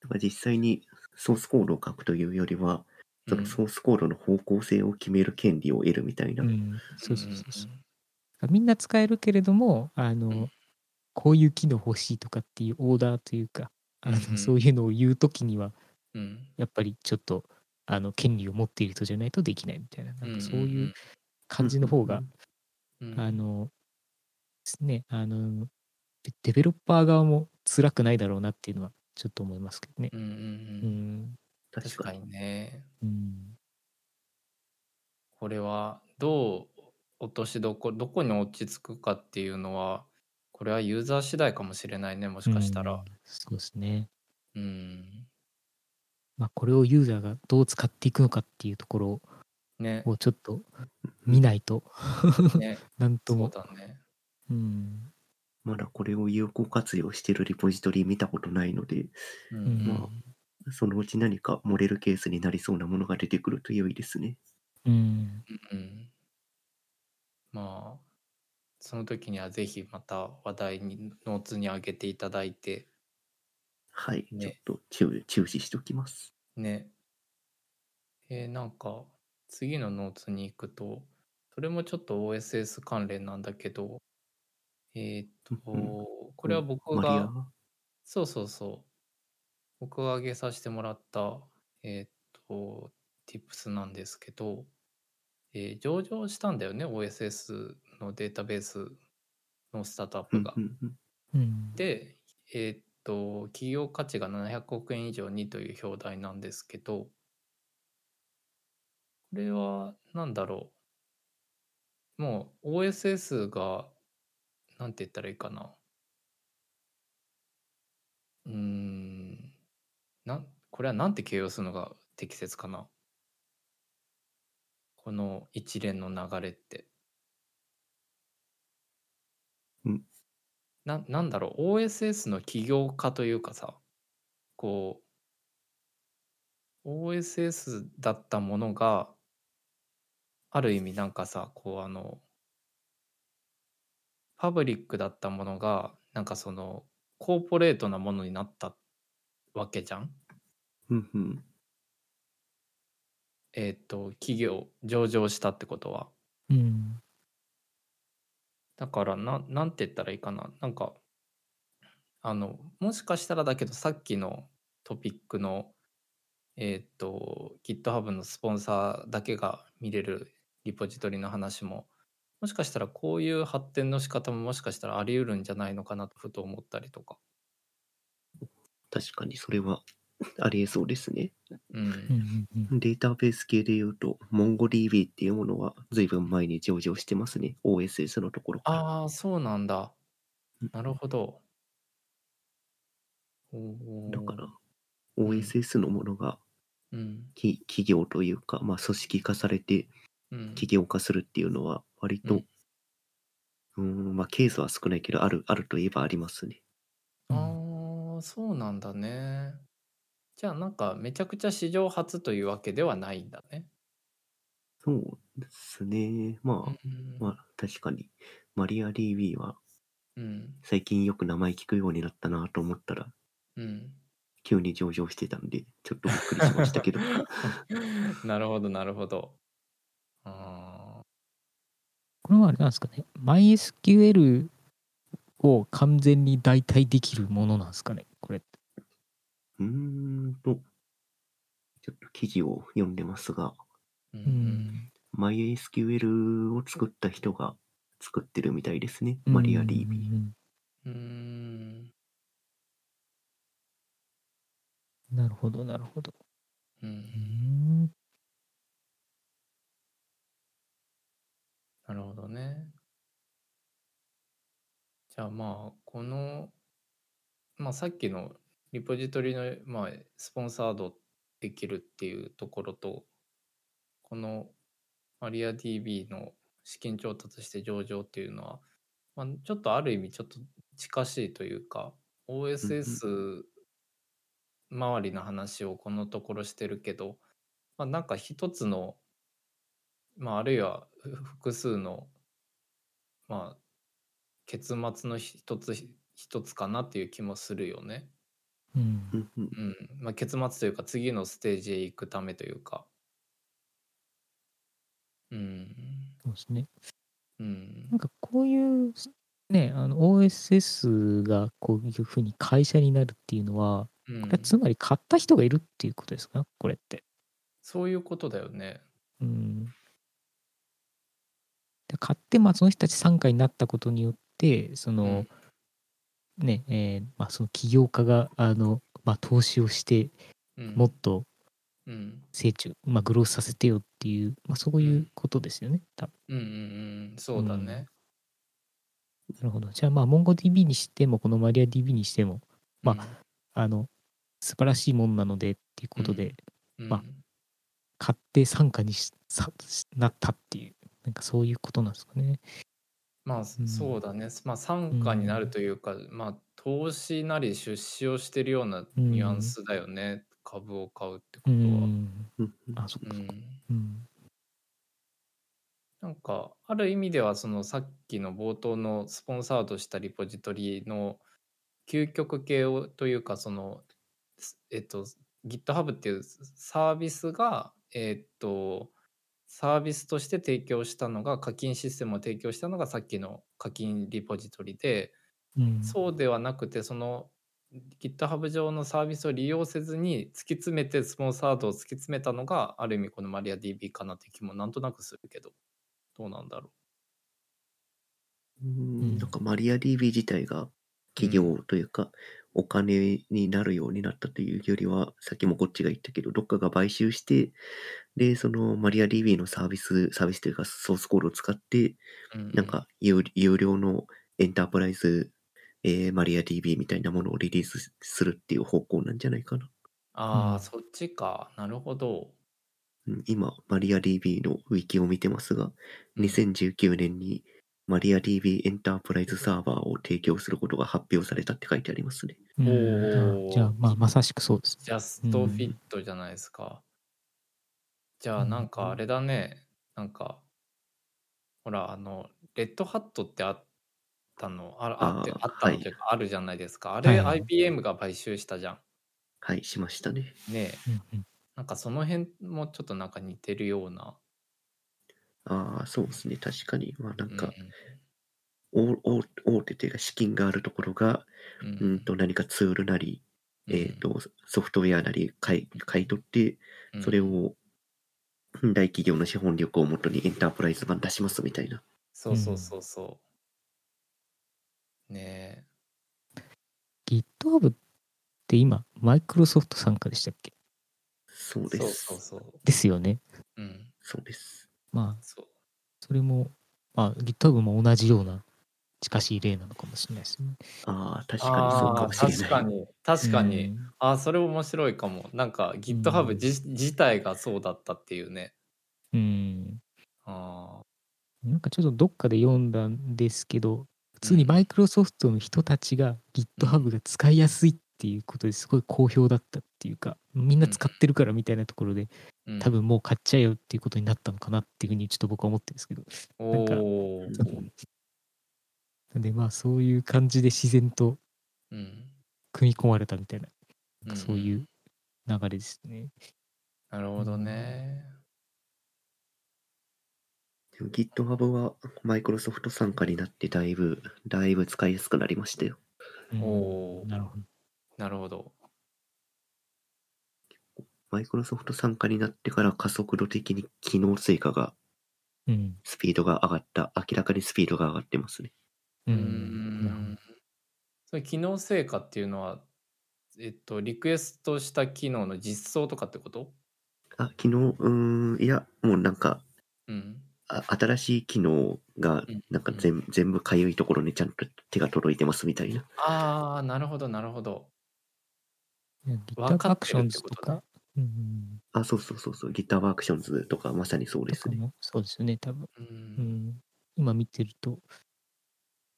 Speaker 1: から実際にソースコードを書くというよりは、そのソースコードの方向性を決める権利を得るみたいな。
Speaker 3: うん。そうそうそうそう。みんな使えるけれども、あの、
Speaker 2: うん
Speaker 3: こういう機能欲しいとかっていうオーダーというか、あの
Speaker 2: うんうん
Speaker 3: そういうのを言うときには、
Speaker 2: うんうん
Speaker 3: やっぱりちょっと、あの、権利を持っている人じゃないとできないみたいな、
Speaker 2: う
Speaker 3: なん
Speaker 2: う
Speaker 3: ん
Speaker 2: んう
Speaker 3: か
Speaker 2: ん
Speaker 3: そういう感じの方が、
Speaker 2: うん
Speaker 3: あの、ですね、あの、デデベロッパー側も辛くないだろうなっていうのは、ちょっと思いますけどね
Speaker 2: う。んうん
Speaker 3: う
Speaker 2: うん
Speaker 3: ん。
Speaker 1: 確
Speaker 2: 確
Speaker 1: か
Speaker 2: か
Speaker 1: に。
Speaker 2: にね。
Speaker 3: うん。
Speaker 2: これはどう落としどこどこに落ち着くかっていうのはこれはユーザー次第かもしれないねもしかした
Speaker 3: う
Speaker 2: ら
Speaker 3: ん。そうですね。
Speaker 2: うん、
Speaker 3: まあ、これをユーザーがどう使っていくのかっていうところ
Speaker 2: [LAUGHS] ね
Speaker 3: をちょっと見ないと、
Speaker 2: ね
Speaker 3: なんと
Speaker 2: そう
Speaker 3: も。
Speaker 2: だね。
Speaker 3: うん。
Speaker 1: まだこれを有効活用してるリポジトリ見たことないので、
Speaker 2: う
Speaker 3: うん
Speaker 1: まあ
Speaker 3: ん。
Speaker 1: そのうち何か漏れるケースになりそうなものが出てくると良いですね。
Speaker 3: うん。
Speaker 2: うん、まあその時にはぜひまた話題にノーツに上げていただいて
Speaker 1: はい。ちょっ
Speaker 2: ね
Speaker 1: と注注視しておきます。
Speaker 2: ね。えーなんか次のノーツに行くとそれもちょっと OSS 関連なんだけどえーっと、
Speaker 1: うん
Speaker 2: これは僕
Speaker 1: マリ
Speaker 2: が
Speaker 1: ア、
Speaker 2: そうそうそう。僕が挙げさせてもらった、えーっと、tips なんですけど、えー上場したんだよね、OSS のデータベースのスタートアッ
Speaker 1: う
Speaker 2: プ
Speaker 1: ん
Speaker 2: が
Speaker 1: う。んうん
Speaker 3: うん。
Speaker 2: で、えーっと、企業価値が700億円以上にという表題なんですけど、これは何だろう。もう OSS が、なんて言ったらいいかな。うーん、なん、これはなんて形容するのが適切かな。この一連の流れって。ななんだろう OSS の起業家というかさこう OSS だったものがある意味なんかさこうあのパブリックだったものがなんかそのコーポレートなものになったわけじゃん
Speaker 1: うんうん
Speaker 2: えっ、と企業上場したってことは
Speaker 3: うん。
Speaker 2: だからな、なんて言ったらいいかな。なんか、あの、もしかしたらだけど、さっきのトピックの、えーっと、GitHub のスポンサーだけが見れるリポジトリの話も、もしかしたらこういう発展の仕方ももしかしたらあり得るんじゃないのかなとふと思ったりとか。
Speaker 1: 確かにそれはありえそうですね。
Speaker 2: う。
Speaker 3: うんうんんうん
Speaker 1: データベース系で言うと、MongoDB っていうものは随分前に上場してますね。OSS のところから。
Speaker 2: ああ、そうなんだ
Speaker 1: うん。
Speaker 2: なるほど。おー
Speaker 1: だから、OSS のものが
Speaker 2: うん。
Speaker 1: き企業というか、まあ、組織化されて
Speaker 2: うん。
Speaker 1: 企業化するっていうのは割と、うーん、まあ、ケースは少ないけど、ある、あるといえばありますね。
Speaker 2: ああ、そうなんだね。じゃあなんかめちゃくちゃ史上初というわけではないんだね。
Speaker 1: そうですね。まあ、
Speaker 2: うん
Speaker 1: まあ、確かに、マリア DB は
Speaker 2: うん。
Speaker 1: 最近よく名前聞くようになったなと思ったら、
Speaker 2: うん。 [LAUGHS]
Speaker 1: 急に上場してたんで、ちょっとびっくりしました
Speaker 2: [LAUGHS]
Speaker 1: けど。
Speaker 2: なるほど、なるほど。あ
Speaker 3: これはあれなんですかね。MySQL を完全に代替できるものなんですかね。これって。
Speaker 1: うーんと、ちょっと記事を読んでますが、
Speaker 2: ーうん
Speaker 3: う
Speaker 2: うん。
Speaker 3: ん。
Speaker 1: MySQL を作った人が作ってるみたいですね。マリア DB。
Speaker 3: うん
Speaker 2: うーん。
Speaker 3: なるほど、なるほど。
Speaker 2: う。
Speaker 3: うんん。
Speaker 2: なるほどね。じゃあまあこの、まあ、さっきのリポジトリの、まあ、スポンサードできるっていうところとこの MariaDB の資金調達して上場っていうのは、まあ、ちょっとある意味ちょっと近しいというか OSS 周りの話をこのところしてるけど、まあ、なんか一つの、まあ、あるいはふ複数の、まあ、結末の一つ一つかなっていう気もするよね。
Speaker 3: うん
Speaker 1: うんうん
Speaker 2: うんまあ、結末というか次のステージへ行くためというか。うん。
Speaker 3: そうですね。
Speaker 2: うん
Speaker 3: なん。かこういう、ね、あの OSS がこういうふうに会社になるっていうのは、
Speaker 2: うん
Speaker 3: これはつまり買った人がいるっていうことですかこれって。
Speaker 2: そういうことだよね。
Speaker 3: うん。で買って、まあその人たち参加になったことによって、その、
Speaker 2: うん
Speaker 3: ね、えーまあ、その起業家が、あの、まあ、投資をして、
Speaker 2: うん
Speaker 3: もっと
Speaker 2: うん
Speaker 3: 成長、まあ、グロースさせてよっていう、まあ、そういうことですよね、多分。
Speaker 2: うんうんうん。そうだね。
Speaker 3: なるほど。じゃあ、まあ、MongoDB にしても、この MariaDB にしても、まあの、素晴らしいもんなのでっていうことで、
Speaker 2: うん、
Speaker 3: まあ買って参加にしさしなったっていう、なんかそういうことなんですかね。
Speaker 2: まあ
Speaker 3: うん
Speaker 2: そうだね、まあ参加になるというか、まあ投資なり出資をしてるようなニュアンスだよね、株を買うってこと
Speaker 3: う
Speaker 2: は。
Speaker 1: う
Speaker 3: ん。
Speaker 1: んうん
Speaker 3: あ、そっ
Speaker 2: う
Speaker 3: かそっか。
Speaker 2: ん
Speaker 3: うん。
Speaker 2: なんかある意味ではそのさっきの冒頭のスポンサードしたリポジトリの究極系をというかそのすえっと GitHub っていうサービスがえっとサービスとして提供したのが課金システムを提供したのがさっきの課金リポジトリで、
Speaker 3: うん
Speaker 2: そうではなくてその GitHub 上のサービスを利用せずに突き詰めてスポンサードを突き詰めたのがある意味この MariaDB かなって気もなんとなくするけどどうなんだろ
Speaker 1: う
Speaker 3: うん
Speaker 1: んなんかマリア DB 自体が企業というか、お金になるようになったというよりは、さっきもこっちが言ったけど、どっかが買収して、で、そのマリア DB のサービス、サービスというかソースコードを使って、
Speaker 2: う。う
Speaker 1: なんか有有料のエンタープライズ、えーマリア DB みたいなものをリリースするっていう方向なんじゃないかな。
Speaker 2: ああ、
Speaker 3: うん
Speaker 2: そっちかなるほど。
Speaker 1: うん今、マリア DB のウィキを見てますが、
Speaker 2: うん
Speaker 1: 2019年にマリア DB エンタープライズサーバーを提供することが発表されたって書いてありますね。
Speaker 3: うん
Speaker 2: おー
Speaker 3: じゃあ、まあ、まさしくそうです。
Speaker 2: ジャストフィットじゃないですか。じゃあなんかあれだね、なんかほらあのレッドハットってあったのああって
Speaker 1: あー
Speaker 2: あったの
Speaker 1: はい
Speaker 2: というか、あるじゃないですかあ
Speaker 3: は
Speaker 2: れ、
Speaker 3: いはい
Speaker 2: IBM が買収したじゃん
Speaker 1: はい、しましたね。
Speaker 2: ねえ
Speaker 3: うんうん
Speaker 2: なんかその辺もちょっとなんか似てるような
Speaker 1: ああ、そうですね。確かに。まあ、なん
Speaker 2: うん
Speaker 1: か、大大大手というか資金があるところが、
Speaker 2: うん
Speaker 1: うんと何かツールなり、
Speaker 2: うん
Speaker 1: えっと、ソフトウェアなり買い買い取って、
Speaker 2: うん
Speaker 1: それを大企業の資本力をもとにエンタープライズ版出しますみたいな。
Speaker 2: そうそうそうそうね
Speaker 3: GitHub って今、マイクロソフト参加でしたっけ
Speaker 1: そうで
Speaker 2: えそう
Speaker 1: す。
Speaker 2: そうそう
Speaker 3: ですよね。
Speaker 2: うん
Speaker 1: そうです。
Speaker 3: まあ、
Speaker 2: そう
Speaker 3: それも、まあ、GitHub も同じような近しい例なのかもしれないですね。
Speaker 1: ああ、確かにそうかもしれない。
Speaker 2: あー確かに確かに、
Speaker 3: うん
Speaker 2: あーそれ面白いかもなんか GitHub
Speaker 3: うん
Speaker 2: 自,、自体がそうだったっていうね
Speaker 3: うん。
Speaker 2: あ
Speaker 3: なんかちょっとどっかで読んだんですけど、普通にマイクロソフトの人たちが GitHub が使いやすいっていうことですごい好評だったっていうか、みんな使ってるからみたいなところで、
Speaker 2: ー、うん、
Speaker 3: 多分もう買っちゃえよっていうことになったのかなっていうふうにちょっと僕は思ってるんですけど。
Speaker 2: お
Speaker 3: なんか
Speaker 2: おー、
Speaker 3: なんでまあそういう感じで自然と
Speaker 2: うん
Speaker 3: 組み込まれたみたいな、なんかそうい
Speaker 2: ん
Speaker 3: う流れですね。
Speaker 2: なるほどね
Speaker 1: でも GitHub はマイクロソフト傘下になってだいぶ、だいぶ使いやすくなりましたよ。
Speaker 3: うん
Speaker 2: おー
Speaker 3: なるほど。
Speaker 2: なるほど
Speaker 1: マイクロソフト傘下になってから加速度的に機能追加が、
Speaker 3: うん。
Speaker 1: スピードが上がった、明らかにスピードが上がってますね。
Speaker 3: う。
Speaker 2: うん
Speaker 3: なるほど
Speaker 2: んそれ機能成果っていうのはえっとリクエストした機能の実装とかってこと
Speaker 1: あ、昨日、うーん、いや、もうなんか、
Speaker 2: うん
Speaker 1: あ新しい機能が
Speaker 2: うん、
Speaker 1: なんか全全部かゆいところにちゃんと手が届いてますみたいな。
Speaker 2: ああなるほどなるほど
Speaker 3: いや
Speaker 2: 分
Speaker 3: GitHub
Speaker 2: か
Speaker 3: ア
Speaker 2: っ
Speaker 3: ク
Speaker 2: て
Speaker 3: シ
Speaker 2: る
Speaker 3: ョ
Speaker 2: っ
Speaker 3: ン
Speaker 2: て
Speaker 3: ズ
Speaker 2: ことと
Speaker 3: か、うん、
Speaker 1: あ、そうそうそうそう、GitHub Actions とかまさにそうで
Speaker 3: と
Speaker 1: す
Speaker 3: か
Speaker 1: ね。
Speaker 3: もそうですよね、多分。
Speaker 2: う
Speaker 3: うんん、今見てると、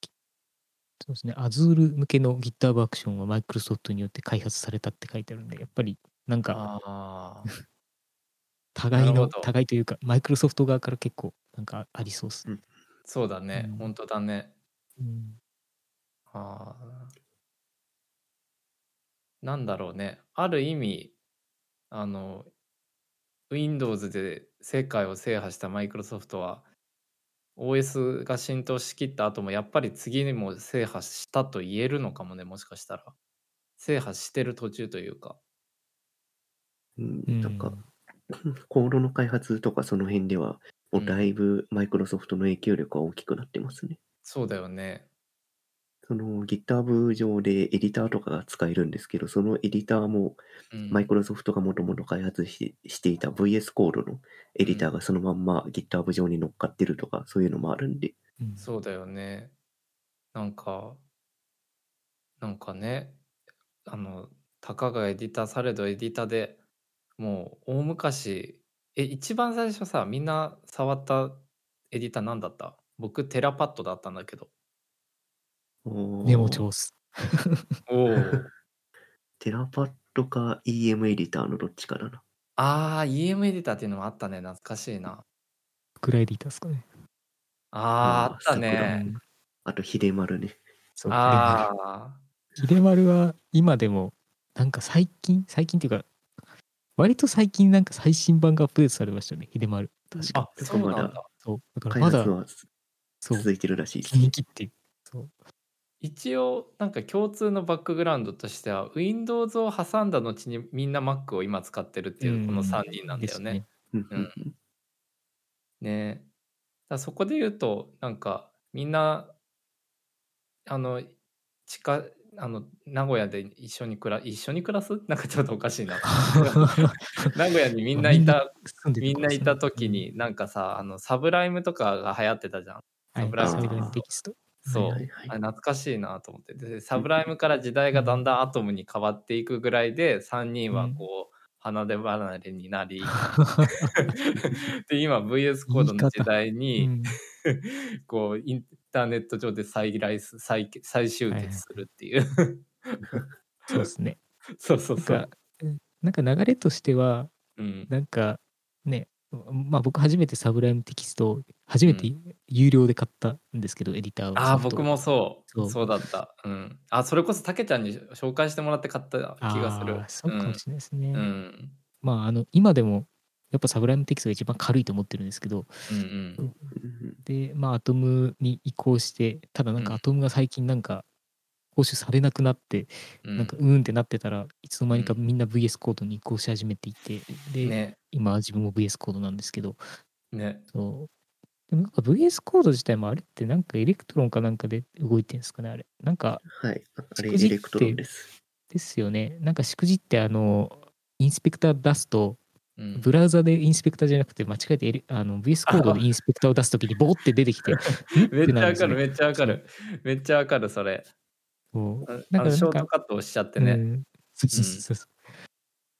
Speaker 3: そうですね、Azure 向けの GitHub アクションは Microsoft によって開発されたって書いてあるんで、やっぱりなんか
Speaker 2: ああ
Speaker 3: 互い
Speaker 2: なるほ
Speaker 3: の、
Speaker 2: ど
Speaker 3: 互いというか、Microsoft 側から結構なんかありそうですね。
Speaker 2: そうだね、
Speaker 3: うん
Speaker 2: 本当だね
Speaker 3: うん
Speaker 2: あーなんだろうねある意味あの Windows で世界を制覇したマイクロソフトは OS が浸透しきった後もやっぱり次にも制覇したと言えるのかもねもしかしたら制覇してる途中というか
Speaker 1: うん
Speaker 3: うん
Speaker 1: なんか、 [LAUGHS] コードの開発とかその辺では、もうだいぶマイクロソフトの影響力は大きくなってますね。
Speaker 2: そうだよね
Speaker 1: その GitHub 上でエディターとかが使えるんですけど、そのエディターも
Speaker 2: うん
Speaker 1: マイクロソフトがもともと開発ししていた VS コードのエディターがそのまんま GitHub 上に乗っかってるとか、そういうのもあるんで、
Speaker 3: うん
Speaker 2: そうだよね。なんか、なんかね、あの、たかがエディターされどエディターでもう大昔、え、一番最初さ、みんな触ったエディターなんだった僕、テラパッドだったんだけど。
Speaker 1: おー
Speaker 3: メモ帳っす。
Speaker 2: おお。
Speaker 1: テラパッドか EM エディターのどっちかだな。
Speaker 2: [LAUGHS] ああ、EM エディターっていうのもあったね。懐かしいな。
Speaker 3: くらいでいたですかね。
Speaker 2: ああ
Speaker 1: あ、ー
Speaker 2: あった
Speaker 1: 桜
Speaker 2: ね。
Speaker 3: うん
Speaker 1: あと、ヒデマルね。
Speaker 3: そう
Speaker 2: ああ、
Speaker 3: ひでまるは今でもなんか最近最近っていうか割と最近なんか最新版がアップデートされましたねひでまる確か
Speaker 2: あ、
Speaker 1: うん
Speaker 2: そうなんだ。
Speaker 3: そう。だから
Speaker 1: 開
Speaker 3: ま
Speaker 1: 発
Speaker 3: だ、
Speaker 1: は
Speaker 3: そう、
Speaker 1: 続いてるらしいです。
Speaker 3: 現役っていう。そう。
Speaker 2: 一応なんか共通のバックグラウンドとしては Windows を挟んだ後にみんな Mac を今使ってるっていうこの
Speaker 3: うん
Speaker 2: 3人なんだよね。
Speaker 3: です
Speaker 1: うんうん
Speaker 2: ねだからそこで言うとなんかみんなあの近あの名古屋で一緒に暮ら一緒に暮らすなんかちょっとおかしいな名古屋にみんないた
Speaker 3: 住 [LAUGHS] んで
Speaker 2: み
Speaker 3: る
Speaker 2: ん
Speaker 3: とこ
Speaker 2: ないた時になんかさあのサブライムとかが流行ってたじゃん
Speaker 3: はい
Speaker 2: サブラ
Speaker 1: イム
Speaker 3: サブライムテキスト。
Speaker 2: そう、
Speaker 1: はいはい
Speaker 2: あ
Speaker 1: はい
Speaker 2: 懐かしいなと思ってでサブライムから時代がだんだんアトムに変わっていくぐらいで3人はこう離れ離れになり
Speaker 3: [LAUGHS]
Speaker 2: で今 VS コードの時代
Speaker 3: う
Speaker 2: に
Speaker 3: ん
Speaker 2: こうインターネット上で再来す再再集結するっていう、
Speaker 3: そうで
Speaker 2: [LAUGHS]
Speaker 3: すね。
Speaker 2: そうそう
Speaker 3: なん
Speaker 2: そう
Speaker 3: か、なんか流れとしては、
Speaker 2: うん
Speaker 3: なんかね、まあ僕初めてサブライムテキストを初めて有料で買ったんですけど、エディターを。
Speaker 2: ああ僕も
Speaker 3: ソ
Speaker 2: そう
Speaker 3: そ
Speaker 2: そう
Speaker 3: う
Speaker 2: だったうんあそれこそたけちゃんに紹介してもらって買った
Speaker 3: フト
Speaker 2: 気がする
Speaker 3: あーそうかもしれないですね。
Speaker 2: うんうん
Speaker 3: まああの、今でも、やっぱサブライムテキストが一番軽いと思ってるんですけど、
Speaker 2: うんうん
Speaker 1: うん
Speaker 3: で、まあアトムに移行して、ただなん
Speaker 2: うん
Speaker 3: かアトムが最近なんか、報酬されなくなって、
Speaker 2: うん
Speaker 3: なんかうーんってなってたらいつの間にか
Speaker 2: う
Speaker 3: みんな VS コードに移行し始めていて、で、
Speaker 2: ね
Speaker 3: 今は自分も VS コードなんですけど
Speaker 2: ね
Speaker 3: そうでもなんか VS コード自体もあれってなんかエレクトロンかなんかで動いてるんですかねあれなんか
Speaker 1: はい。ああれ、
Speaker 3: しく
Speaker 1: エ
Speaker 3: じって
Speaker 1: レクトロンです。
Speaker 3: ですよねなんかしくじってあのインスペクター出すと
Speaker 2: うん
Speaker 3: ブラウザでインスペクターじゃなくて間違えてエレあの VS コードでインスペクターを出すときにボーって出てきて
Speaker 2: [LAUGHS]
Speaker 3: ん [LAUGHS] って
Speaker 2: めっちゃ
Speaker 3: な
Speaker 2: わ
Speaker 3: るんで
Speaker 2: か
Speaker 3: す
Speaker 2: る、
Speaker 3: よね
Speaker 2: めっちゃわかる。めっちゃわかる、それ。
Speaker 3: そう
Speaker 2: あ
Speaker 3: だ
Speaker 2: あ
Speaker 3: からなん
Speaker 2: の
Speaker 3: か
Speaker 2: ショートカットをしちゃって
Speaker 3: う
Speaker 2: ね。
Speaker 3: んそうそうそうそう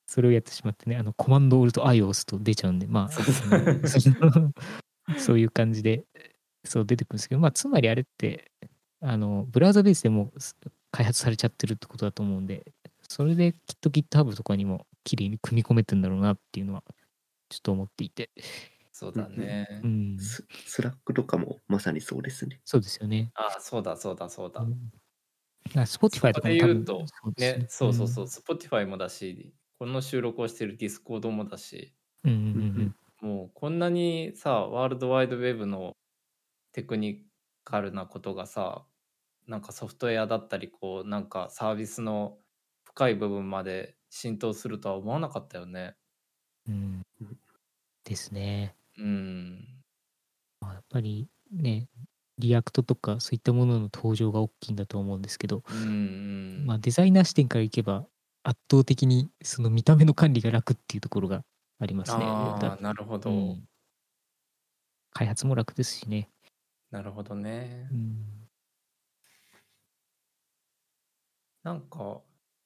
Speaker 3: それをやってしまってねあのコマンドオルト I を押すと出ちゃうんでまあ
Speaker 2: そうそう
Speaker 3: うん [LAUGHS] そういう感じでそう出てくるんですけど、まあ、つまりあれってあのブラウザベースでもす開発されちゃってるってことだと思うんでそれできっと GitHub とかにも綺麗に組み込めてんだろうなっていうのはちょっと思っていて、
Speaker 2: そうだね。
Speaker 3: うん、
Speaker 1: ススラックとかもまさにそうですね。
Speaker 3: そうですよね。
Speaker 2: あ、そうだ、そうだ、そうだ。
Speaker 3: スポティファイとかも多
Speaker 2: そこで言
Speaker 3: 分
Speaker 2: うと
Speaker 3: うです。
Speaker 2: ね、そうそうそうう、Spotify もだし、この収録をしている Discord もだし、
Speaker 3: うんうんうんうん
Speaker 2: もうこんなにさ、ワールドワイドウェブのテクニカルなことがさ、なんかソフトウェアだったり、こう、なんかサービスの深い部分まで浸透するとは思わなかったよね。
Speaker 3: うん
Speaker 1: うん
Speaker 3: ですね。
Speaker 2: うん。
Speaker 3: まあやっぱりね、リアクトとかそういったものの登場が大きいんだと思うんですけど、
Speaker 2: うん、うん。
Speaker 3: まあ、デザイナー視点からいけば圧倒的にその見た目の管理が楽っていうところがありますね。
Speaker 2: あ
Speaker 3: だ
Speaker 2: あ、なるほど。
Speaker 3: うん開発も楽ですしね。
Speaker 2: なるほどね
Speaker 3: う。ん
Speaker 2: なんか、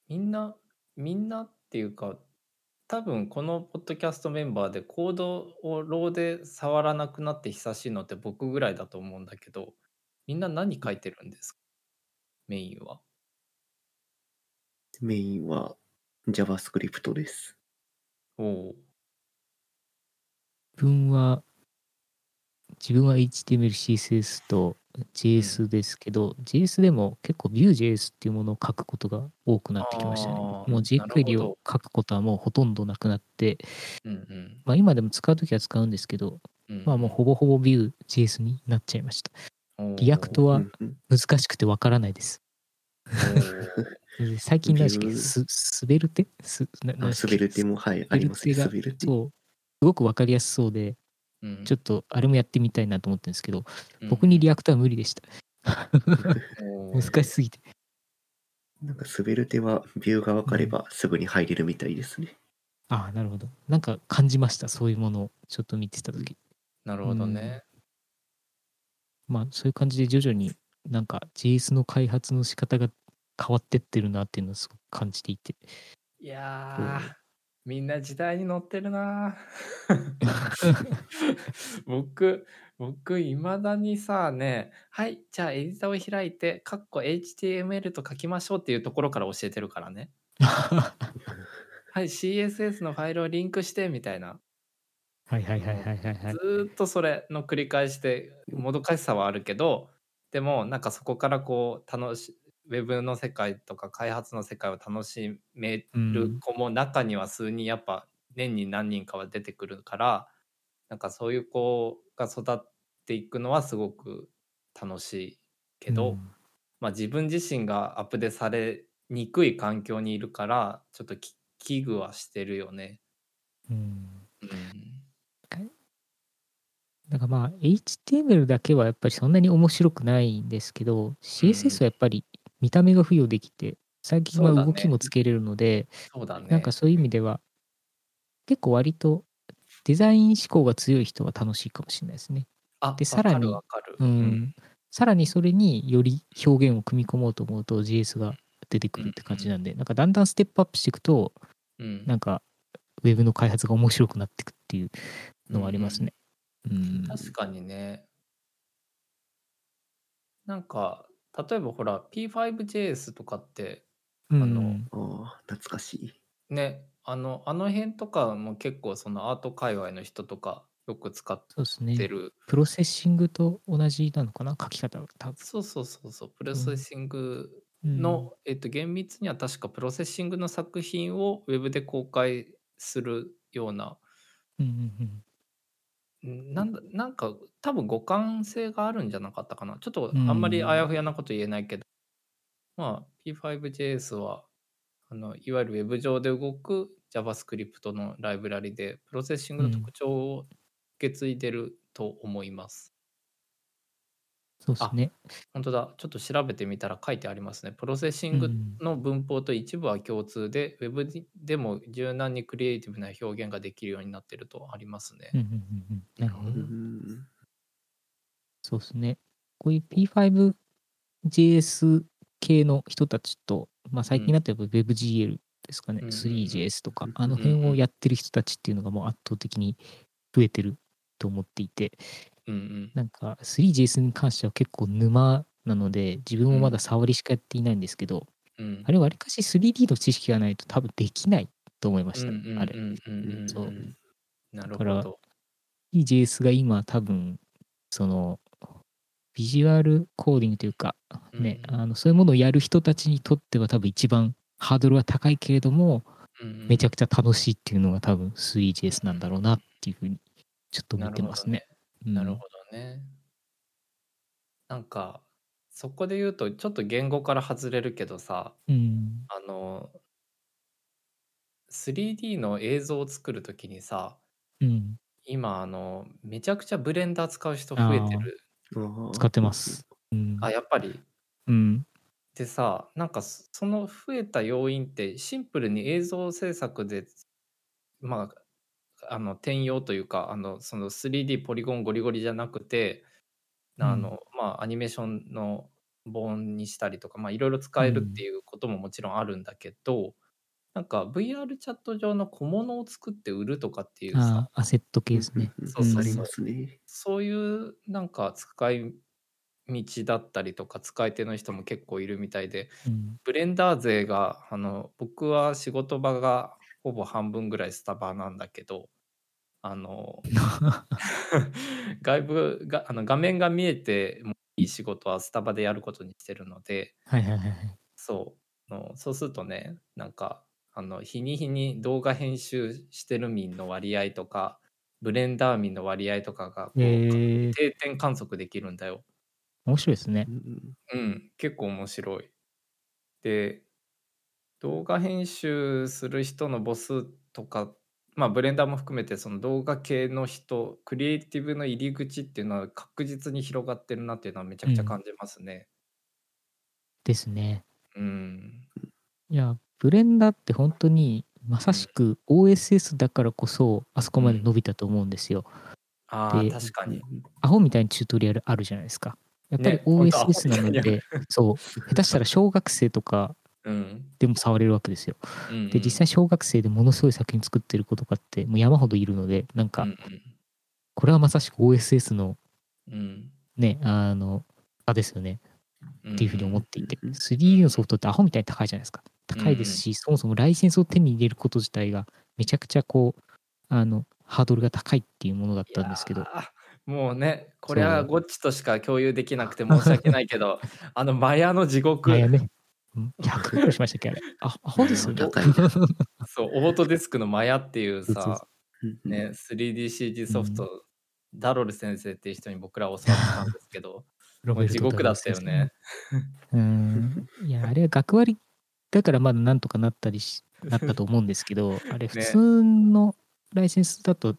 Speaker 2: みんな、みんなっていうか、多分このポッドキャストメンバーでコードをローで触らなくなって久しいのって僕ぐらいだと思うんだけど、みんな何書いてるんですかメインは。
Speaker 1: メインは JavaScript です。
Speaker 2: おお。
Speaker 3: 自分は、自分は HTML、CSS と JS ですけど、JS でも結構 Vue.js っていうものを書くことが多くなってきましたね。
Speaker 2: あ
Speaker 3: も
Speaker 2: ー
Speaker 3: う jQuery
Speaker 2: なる
Speaker 3: を
Speaker 2: ほ
Speaker 3: 書くことはもうほとんどなくなって、
Speaker 2: どうん
Speaker 3: まあ、今でも使うときは使うんですけど、
Speaker 2: うん。
Speaker 3: まあもうほぼほぼ Vue.js になっちゃいました。
Speaker 2: うん、
Speaker 3: リアクト
Speaker 2: は。
Speaker 3: は
Speaker 1: うんうん
Speaker 3: 難しくてわからないです。
Speaker 2: おー
Speaker 3: で最近何でしたっけ
Speaker 1: Vue
Speaker 3: す、滑る手す、な
Speaker 1: あ
Speaker 3: 何でしたっ
Speaker 1: 滑
Speaker 3: け
Speaker 1: る手も、はい、ありますね。
Speaker 3: 滑
Speaker 1: 滑る手。
Speaker 3: そう。すごくわかりやすそうで、
Speaker 2: うん
Speaker 3: ちょっとあれもやってみたいなと思ってるんですけど、
Speaker 2: うん
Speaker 3: 僕にリアクトは無理でした。
Speaker 2: おー
Speaker 3: 難しすぎて。
Speaker 1: なんか滑る手はビューが分かればすぐに入れるみたいですね。
Speaker 3: ああ、なるほど。なんか感じました。そういうものをちょっと見てたとき。
Speaker 2: なるほどね。
Speaker 3: まあそういう感じで徐々になんか JS の開発の仕方が変わってってるなっていうのをすごく感じていて。
Speaker 2: いやー、みんな時代に乗ってるなー。僕僕いまだにさねはいじゃあエディターを開いてカッコ HTML と書きましょうっていうところから教えてるからね
Speaker 3: は
Speaker 2: はい CSS のファイルをリンクしてみたいな、
Speaker 3: いはいはいはいはいはい
Speaker 2: ず。ーっとそれの繰り返しでもどかしさはあるけどでもなんかそこからこう楽しウェブの世界とか開発の世界を楽しめ
Speaker 3: う
Speaker 2: る
Speaker 3: ん
Speaker 2: 子も中には数人やっぱ年に何人かは出てくるからなんかそういう子が育っていくのはすごく楽しいけど、
Speaker 3: うん
Speaker 2: まあ、自分自身がアップデートされにくい環境にいるからちょっとき危惧はしてるよね。
Speaker 3: うん
Speaker 2: うん
Speaker 3: だからまあ HTML だけはやっぱりそんなに面白くないんですけど CSS はやっぱり見た目が付与できて最近は
Speaker 2: そうだね
Speaker 3: 動きもつけれるので、
Speaker 2: そうだね。
Speaker 3: なんかそういう意味では結構割とデザイン思考が強い人は楽しいかもしれないですね。
Speaker 2: あ
Speaker 3: でさらに
Speaker 2: わかるわかる。
Speaker 3: うんさらにそれにより表現を組み込もうと思うと JS が出てくるって感じなんで、なんかだんだんステップアップしていくと
Speaker 2: うん
Speaker 3: なんかウェブの開発が面白くなっていくっていうのはありますね。うん
Speaker 2: 確かにね。なんか例えばほら P5JS とかって
Speaker 3: うん
Speaker 2: あの
Speaker 1: ああ、懐かしい。
Speaker 2: ねあのあの辺とかも結構そのアート界隈の人とかよく使っ
Speaker 3: そうですね。
Speaker 2: てる
Speaker 3: プロセッシングと同じなのかな書き方が多分。
Speaker 2: そうそうそうそうプロセッシング
Speaker 3: うん
Speaker 2: の、えっと、厳密には確かプロセッシングの作品をウェブで公開するような
Speaker 3: うんうん
Speaker 2: んなんだなんか多分互換性があるんじゃなかったかなちょっと
Speaker 3: うん
Speaker 2: あんまりあやふやなこと言えないけど、まあ P5JS はあのいわゆるウェブ上で動く JavaScript のライブラリでプロセッシングの特徴を受け継いでると思います、
Speaker 3: そうですね。
Speaker 2: 本当だちょっと調べてみたら書いてありますねプロセッシングの文法と一部は共通で、ウェブでも柔軟にクリエイティブな表現ができるようになってるとありますね、
Speaker 3: うんうんうんうんなるほど
Speaker 1: う
Speaker 3: ね。
Speaker 1: ん。
Speaker 3: そうですね。こういう P5JS 系の人たちと、まあ、最近だとやっぱ WebGL ですかね、
Speaker 2: うん
Speaker 3: 3JS とか
Speaker 1: うん、
Speaker 3: あの辺をやってる人たちっていうのがもう圧倒的に増えてると思っていて、
Speaker 2: うんうん
Speaker 3: なんか 3JS に関しては結構沼なので、自分もまだ触りしかやっていないんですけど、
Speaker 2: うん
Speaker 3: あれわりかし 3D の知識がないと多分できないと思いました、
Speaker 2: うんうん
Speaker 3: あれ。
Speaker 2: うんうんうんん
Speaker 3: そう
Speaker 2: なる
Speaker 3: だから
Speaker 2: ほど。
Speaker 3: EJS が今多分、その、ビジュアルコーディングというか、ね、
Speaker 2: うん
Speaker 3: あのそういうものをやる人たちにとっては多分一番ハードルは高いけれども、めちゃ
Speaker 2: くち
Speaker 3: くちゃ楽しいっていうのが多分 3JS なんだろうなっていうふうに、ちょっと思ってますね。。
Speaker 2: なる
Speaker 3: うん
Speaker 2: ほどね。なんかそこで言うとちょっと言語から外れるけどさ
Speaker 3: うん。
Speaker 2: あの 3D の映像を作るときにさ
Speaker 3: うん。
Speaker 2: 今あのめちゃくちゃブレンダー使う人増えてる
Speaker 1: ああ
Speaker 3: 使ってま。す。うん。
Speaker 2: あやっぱり
Speaker 3: うん。
Speaker 2: でさなんかそその増えた要因ってシンプルに映像制作でまああの転用というかあのその 3D ポリゴンゴリゴリじゃなくてあの、まあ、アニメーションのボーンにしたりとかまあいろいろ使えるっていうことももちろんあるんだけど、なんか VR チャット上の小物を作って売るとかっていうさ
Speaker 3: ああ、アセット系
Speaker 1: うん
Speaker 3: ですね。
Speaker 1: うんうん
Speaker 2: そうそうそう
Speaker 1: ありますね。
Speaker 2: そういうなんか使い道だったりとか使い手の人も結構いるみたいで
Speaker 3: うん。
Speaker 2: ブレンダー勢があの僕は仕事場がほぼ半分ぐらいスタバなんだけどあの外部があの画面が見えてもいい仕事はスタバでやることにしてるので
Speaker 3: はいはいはいはい。
Speaker 2: そうあのそうするとねなんかあの日に日に動画編集してる民の割合とかブレンダー民の割合とかがこう、
Speaker 3: えー、
Speaker 2: 定点観測できるんだよ。
Speaker 3: 面白いですね
Speaker 1: う。ん
Speaker 2: うん、結構面白い。で、動画編集する人のボスとか、まあ、ブレンダーも含めて、その動画系の人、クリエイティブの入り口っていうのは確実に広がってるなっていうのはめちゃくちゃ感じますね。
Speaker 3: ですね。
Speaker 2: うん。
Speaker 3: いや、ブレンダーって本当にまさしく OSS だからこそあそこまで伸びたと思うんですよ。
Speaker 2: ああ、
Speaker 3: で
Speaker 2: 確かに。
Speaker 3: アホみたいにチュートリアルあるじゃないですか。やっぱり
Speaker 2: ね本当
Speaker 3: OSS なの
Speaker 2: アホみたい
Speaker 3: で、そう、下手したら小学生とか
Speaker 2: うん。
Speaker 3: でも触れるわけですよ。
Speaker 2: うんうん
Speaker 3: で、実際小学生でものすごい作品作ってる子とかってもう山ほどいるので、なん
Speaker 2: う
Speaker 3: か
Speaker 2: ん、
Speaker 3: これはまさしく OSS の
Speaker 2: うん
Speaker 3: ね、あの、あですよね
Speaker 2: うん。
Speaker 3: っていうふうに思
Speaker 2: っ
Speaker 3: っていて、
Speaker 1: うん
Speaker 3: 3D のソフトってアホみたいに高いじゃないですか。高いですし、そもそもライセンスを手に入れること自体がめちゃくちゃこう、あの、ハードルが高いっていうものだったんですけど、
Speaker 2: もうね、これ
Speaker 3: そ
Speaker 2: は
Speaker 3: う
Speaker 2: ゴッチとしか共有できなくて申し訳ないけ
Speaker 3: [LAUGHS]
Speaker 2: ど、あの、マヤの地獄
Speaker 3: あ、やね、うん100くらいしましたっけあれ。あ、アホですよね。 [LAUGHS]
Speaker 1: 高いね
Speaker 2: そう、オートデスクのマヤっていう
Speaker 3: そうそうそ
Speaker 2: さ、
Speaker 1: うん
Speaker 2: ね、3DCG ソフト、ダロル先生っていう人に僕ら教わったんですけど、
Speaker 3: ロ
Speaker 2: もう地獄だったよね。。
Speaker 3: うん。いや、あれは学割だからまだなんとかなったりし、なったと思うんですけ
Speaker 2: [LAUGHS]
Speaker 3: ど、あれ普通のライセンスだと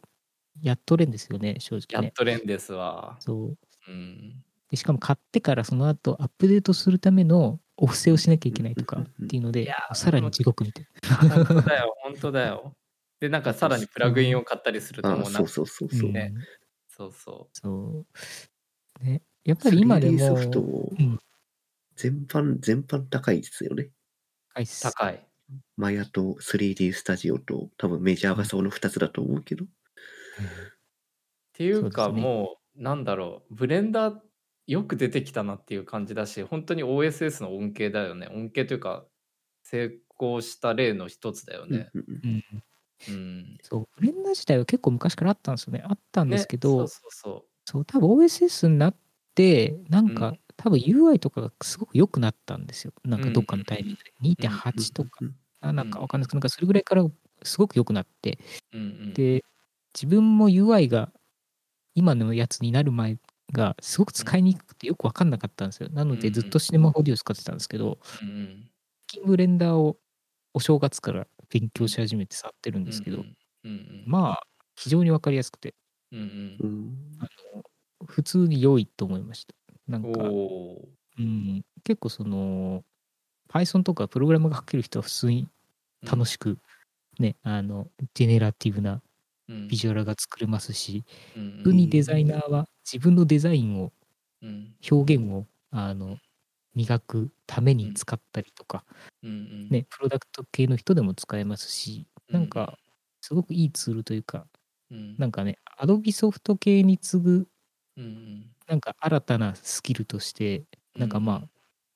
Speaker 3: やっとれんですよね、正
Speaker 2: や
Speaker 3: 直
Speaker 2: っ
Speaker 3: ね。
Speaker 2: とれんですわ。
Speaker 3: そ
Speaker 2: う
Speaker 3: う。
Speaker 2: ん。
Speaker 3: でしかも買ってからその後アップデートするためのお布施をしなきゃいけないと
Speaker 1: うん
Speaker 3: か
Speaker 1: うんうん
Speaker 3: っていうの
Speaker 2: い
Speaker 3: で
Speaker 2: や、
Speaker 3: さらに地獄みたい
Speaker 2: 本当だよ、本当だよ。で、なんかさらにプラグインを買ったりすると
Speaker 1: あ
Speaker 2: もうな
Speaker 1: そうそうそうそう。
Speaker 3: な。
Speaker 2: ね
Speaker 3: うん
Speaker 2: そうそ。
Speaker 3: そう。ね。やっぱり今で
Speaker 1: 3D ソ
Speaker 3: も
Speaker 1: フト
Speaker 3: うん
Speaker 1: 全般、全般高いですよね。
Speaker 3: 高いうす
Speaker 2: 高い。
Speaker 1: マヤと 3D スタジオと多分メジャーがその2つだと思うけど。
Speaker 2: っていうか
Speaker 3: そうですね
Speaker 2: もうなんだろうブレンダーよく出てきたなっていう感じだし本当に OSS の恩恵だよね恩恵というか成功した例の一つだよね。
Speaker 1: うんうんうん
Speaker 3: うん
Speaker 2: うん、
Speaker 3: そうブレンダー自体は結構昔からあったんですよねあったん
Speaker 2: ね
Speaker 3: ですけど、
Speaker 2: そうそう
Speaker 3: そう多分 OSS になってなんか、
Speaker 2: うん
Speaker 3: 多分 UI とかがすごく良くなったんですよなんかどっかのタイミングで、
Speaker 2: うんうん
Speaker 3: 2.8とか、
Speaker 1: うん
Speaker 3: あなんかわかんないですけどなんかそれぐらいからすごく良くなって
Speaker 2: そう。うんうん、
Speaker 3: で自分も UI が今のやつになる前がすごく使いにくくてよく分かんなかったんですよなのでずっとシネマホディオ使ってたんですけど
Speaker 2: うんうん、
Speaker 3: キングレンダーをお正月から勉強し始めて触ってるんですけど、
Speaker 2: うんうんうん、あ、
Speaker 3: まあ非常に分かりやすくて
Speaker 2: うんうん
Speaker 1: うん
Speaker 3: 普通に良いと思いました。なんか、
Speaker 2: おー
Speaker 3: うん、結構その Python とかプログラムが書ける人は普通に楽しく、ねあのジェネラティブなビジュアルが作れますし、
Speaker 2: うんうん
Speaker 3: 逆にデザイナーは自分のデザインを
Speaker 2: うん
Speaker 3: 表現をあの磨くために使ったりとか、
Speaker 2: うんうん、
Speaker 3: ね、プロダクト系の人でも使えますしなんかすごくいいツールというか
Speaker 2: うん、
Speaker 3: なんかね Adobe ソフト系に次ぐ
Speaker 2: うんうん、
Speaker 3: なんか新たなスキルとしてなんかまあ、こ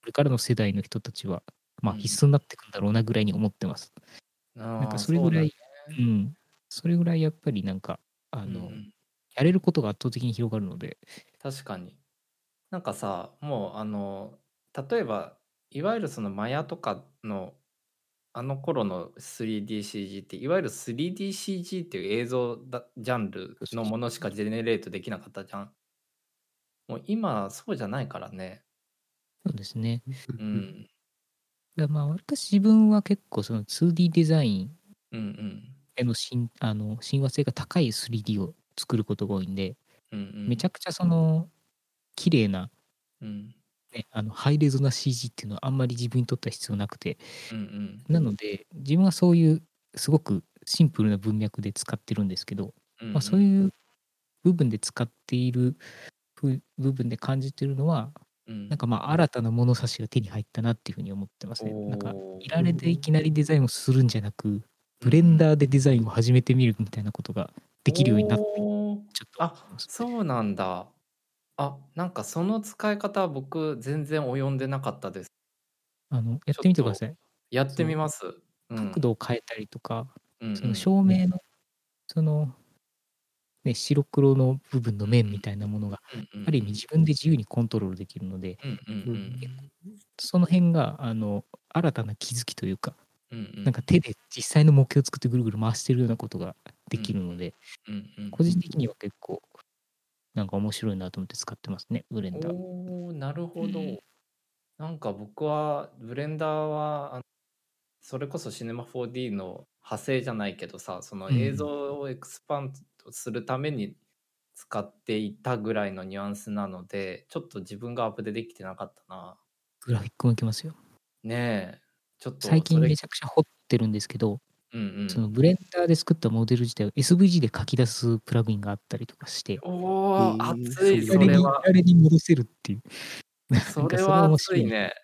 Speaker 3: れからの世代の人たちは、まあ、
Speaker 2: うん
Speaker 3: 必須になってくんだろうなぐらいに思ってます。
Speaker 2: あー、
Speaker 3: なんかそれぐらい、
Speaker 2: そう
Speaker 3: う
Speaker 2: だ
Speaker 3: ん。それぐらいやっぱりなんか、あ
Speaker 2: あ
Speaker 3: の、やれることが圧倒的に広がるので、
Speaker 2: 確かになんかさもうあの例えばいわゆるそのマヤとかのあの頃の 3DCG っていわゆる 3DCG っていう映像だジャンルのものしかジェネレートできなかったじゃんもう今そうじゃないからね
Speaker 3: そうですね。
Speaker 2: う
Speaker 1: うん
Speaker 2: ん
Speaker 3: だからまあ、わりかし自分は結構その 2D デザイン
Speaker 2: うんうん
Speaker 3: へのしんあの親和性が高い 3D を作ることが多いんで、
Speaker 2: うんうん
Speaker 3: めちゃくちゃその、綺麗な、
Speaker 2: うん
Speaker 3: ね、あのハイレゾな CG っていうのはあんまり自分にとっては必要なくて、
Speaker 2: うんうん
Speaker 3: なので、自分はそういう、すごくシンプルな文脈で使ってるんですけど、
Speaker 2: うん
Speaker 3: まあ、そういう部分で使っているふ部分で感じてるのは
Speaker 2: うん
Speaker 3: なんかまあ新たな物差しが手に入ったなっていうふうに思ってますね。なんか
Speaker 2: おー
Speaker 3: いられていきなりデザインをするんじゃなくブレンダーでデザインを始めてみるみたいなことができるようになって
Speaker 2: おー
Speaker 3: ちょっと
Speaker 2: あそうなんだ。あなんかその使い方僕全然及んでなかったです。
Speaker 3: あのやってみてください。
Speaker 2: やってみます。うん
Speaker 3: 角度を変えたりとか、
Speaker 2: うんうん
Speaker 3: その照明のその、ね、白黒の部分の面みたいなものがある意味自分で自由にコントロールできるので
Speaker 2: うんうんうん
Speaker 3: その辺があの新たな気づきというか
Speaker 2: うんうん
Speaker 3: なんか手で実際の模型を作ってぐるぐる回してるようなことができるので、
Speaker 2: うんうん
Speaker 3: 個人的には結構なんか面白いなと思って使ってますねブレンダー。
Speaker 2: おーなるほど、
Speaker 3: うん
Speaker 2: なんか僕はブレンダーはあのそれこそシネマ 4D の派生じゃないけどさその
Speaker 3: うん
Speaker 2: 映像をエクスパンドするために使っていたぐらいのニュアンスなのでちょっと自分がアップでできてなかったな
Speaker 3: グラフィックもいけますよ。
Speaker 2: ねえちょっと
Speaker 3: 最近
Speaker 2: それ
Speaker 3: めちゃくちゃ掘ってるんですけど、
Speaker 2: うんうん
Speaker 3: そのブレンダーで作ったモデル自体を SVG で書き出すプラグインがあったりとかして、
Speaker 2: おお、
Speaker 1: えー
Speaker 2: 熱い、
Speaker 1: そ
Speaker 2: そ
Speaker 1: れ
Speaker 2: れ
Speaker 3: に
Speaker 2: は、
Speaker 3: あれに戻せるっていう。
Speaker 2: それ
Speaker 3: それ
Speaker 2: は
Speaker 3: 面
Speaker 2: 熱
Speaker 3: 白い
Speaker 2: いね。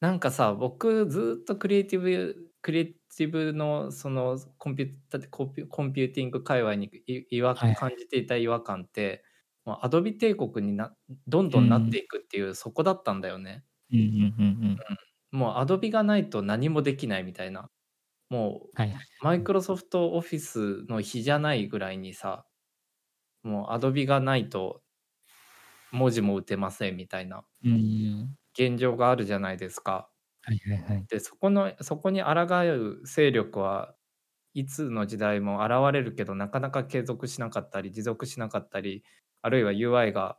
Speaker 2: なんかさ、僕ずっとクリエイティブ、クリエイティブのそのコンピュータコンピュコンピューティング界隈にい違和
Speaker 3: はい
Speaker 2: 感じていた違和感って、もうアドビ帝国になどんどんなっていくっていう、そこだったんだよね。
Speaker 3: うんうんうんうん。
Speaker 2: もうアドビがないと何もできないみたいな。もう
Speaker 3: はいはい。
Speaker 2: マイクロソフトオフィスの比じゃないぐらいにさ、もうアドビがないと文字も打てませんみたいな
Speaker 3: うん。
Speaker 2: 現状があるじゃないですか。
Speaker 3: はいはいはい。
Speaker 2: で、そこの、そこに抗う勢力はいつの時代も現れるけどなかなか継続しなかったり持続しなかったりあるいは UI が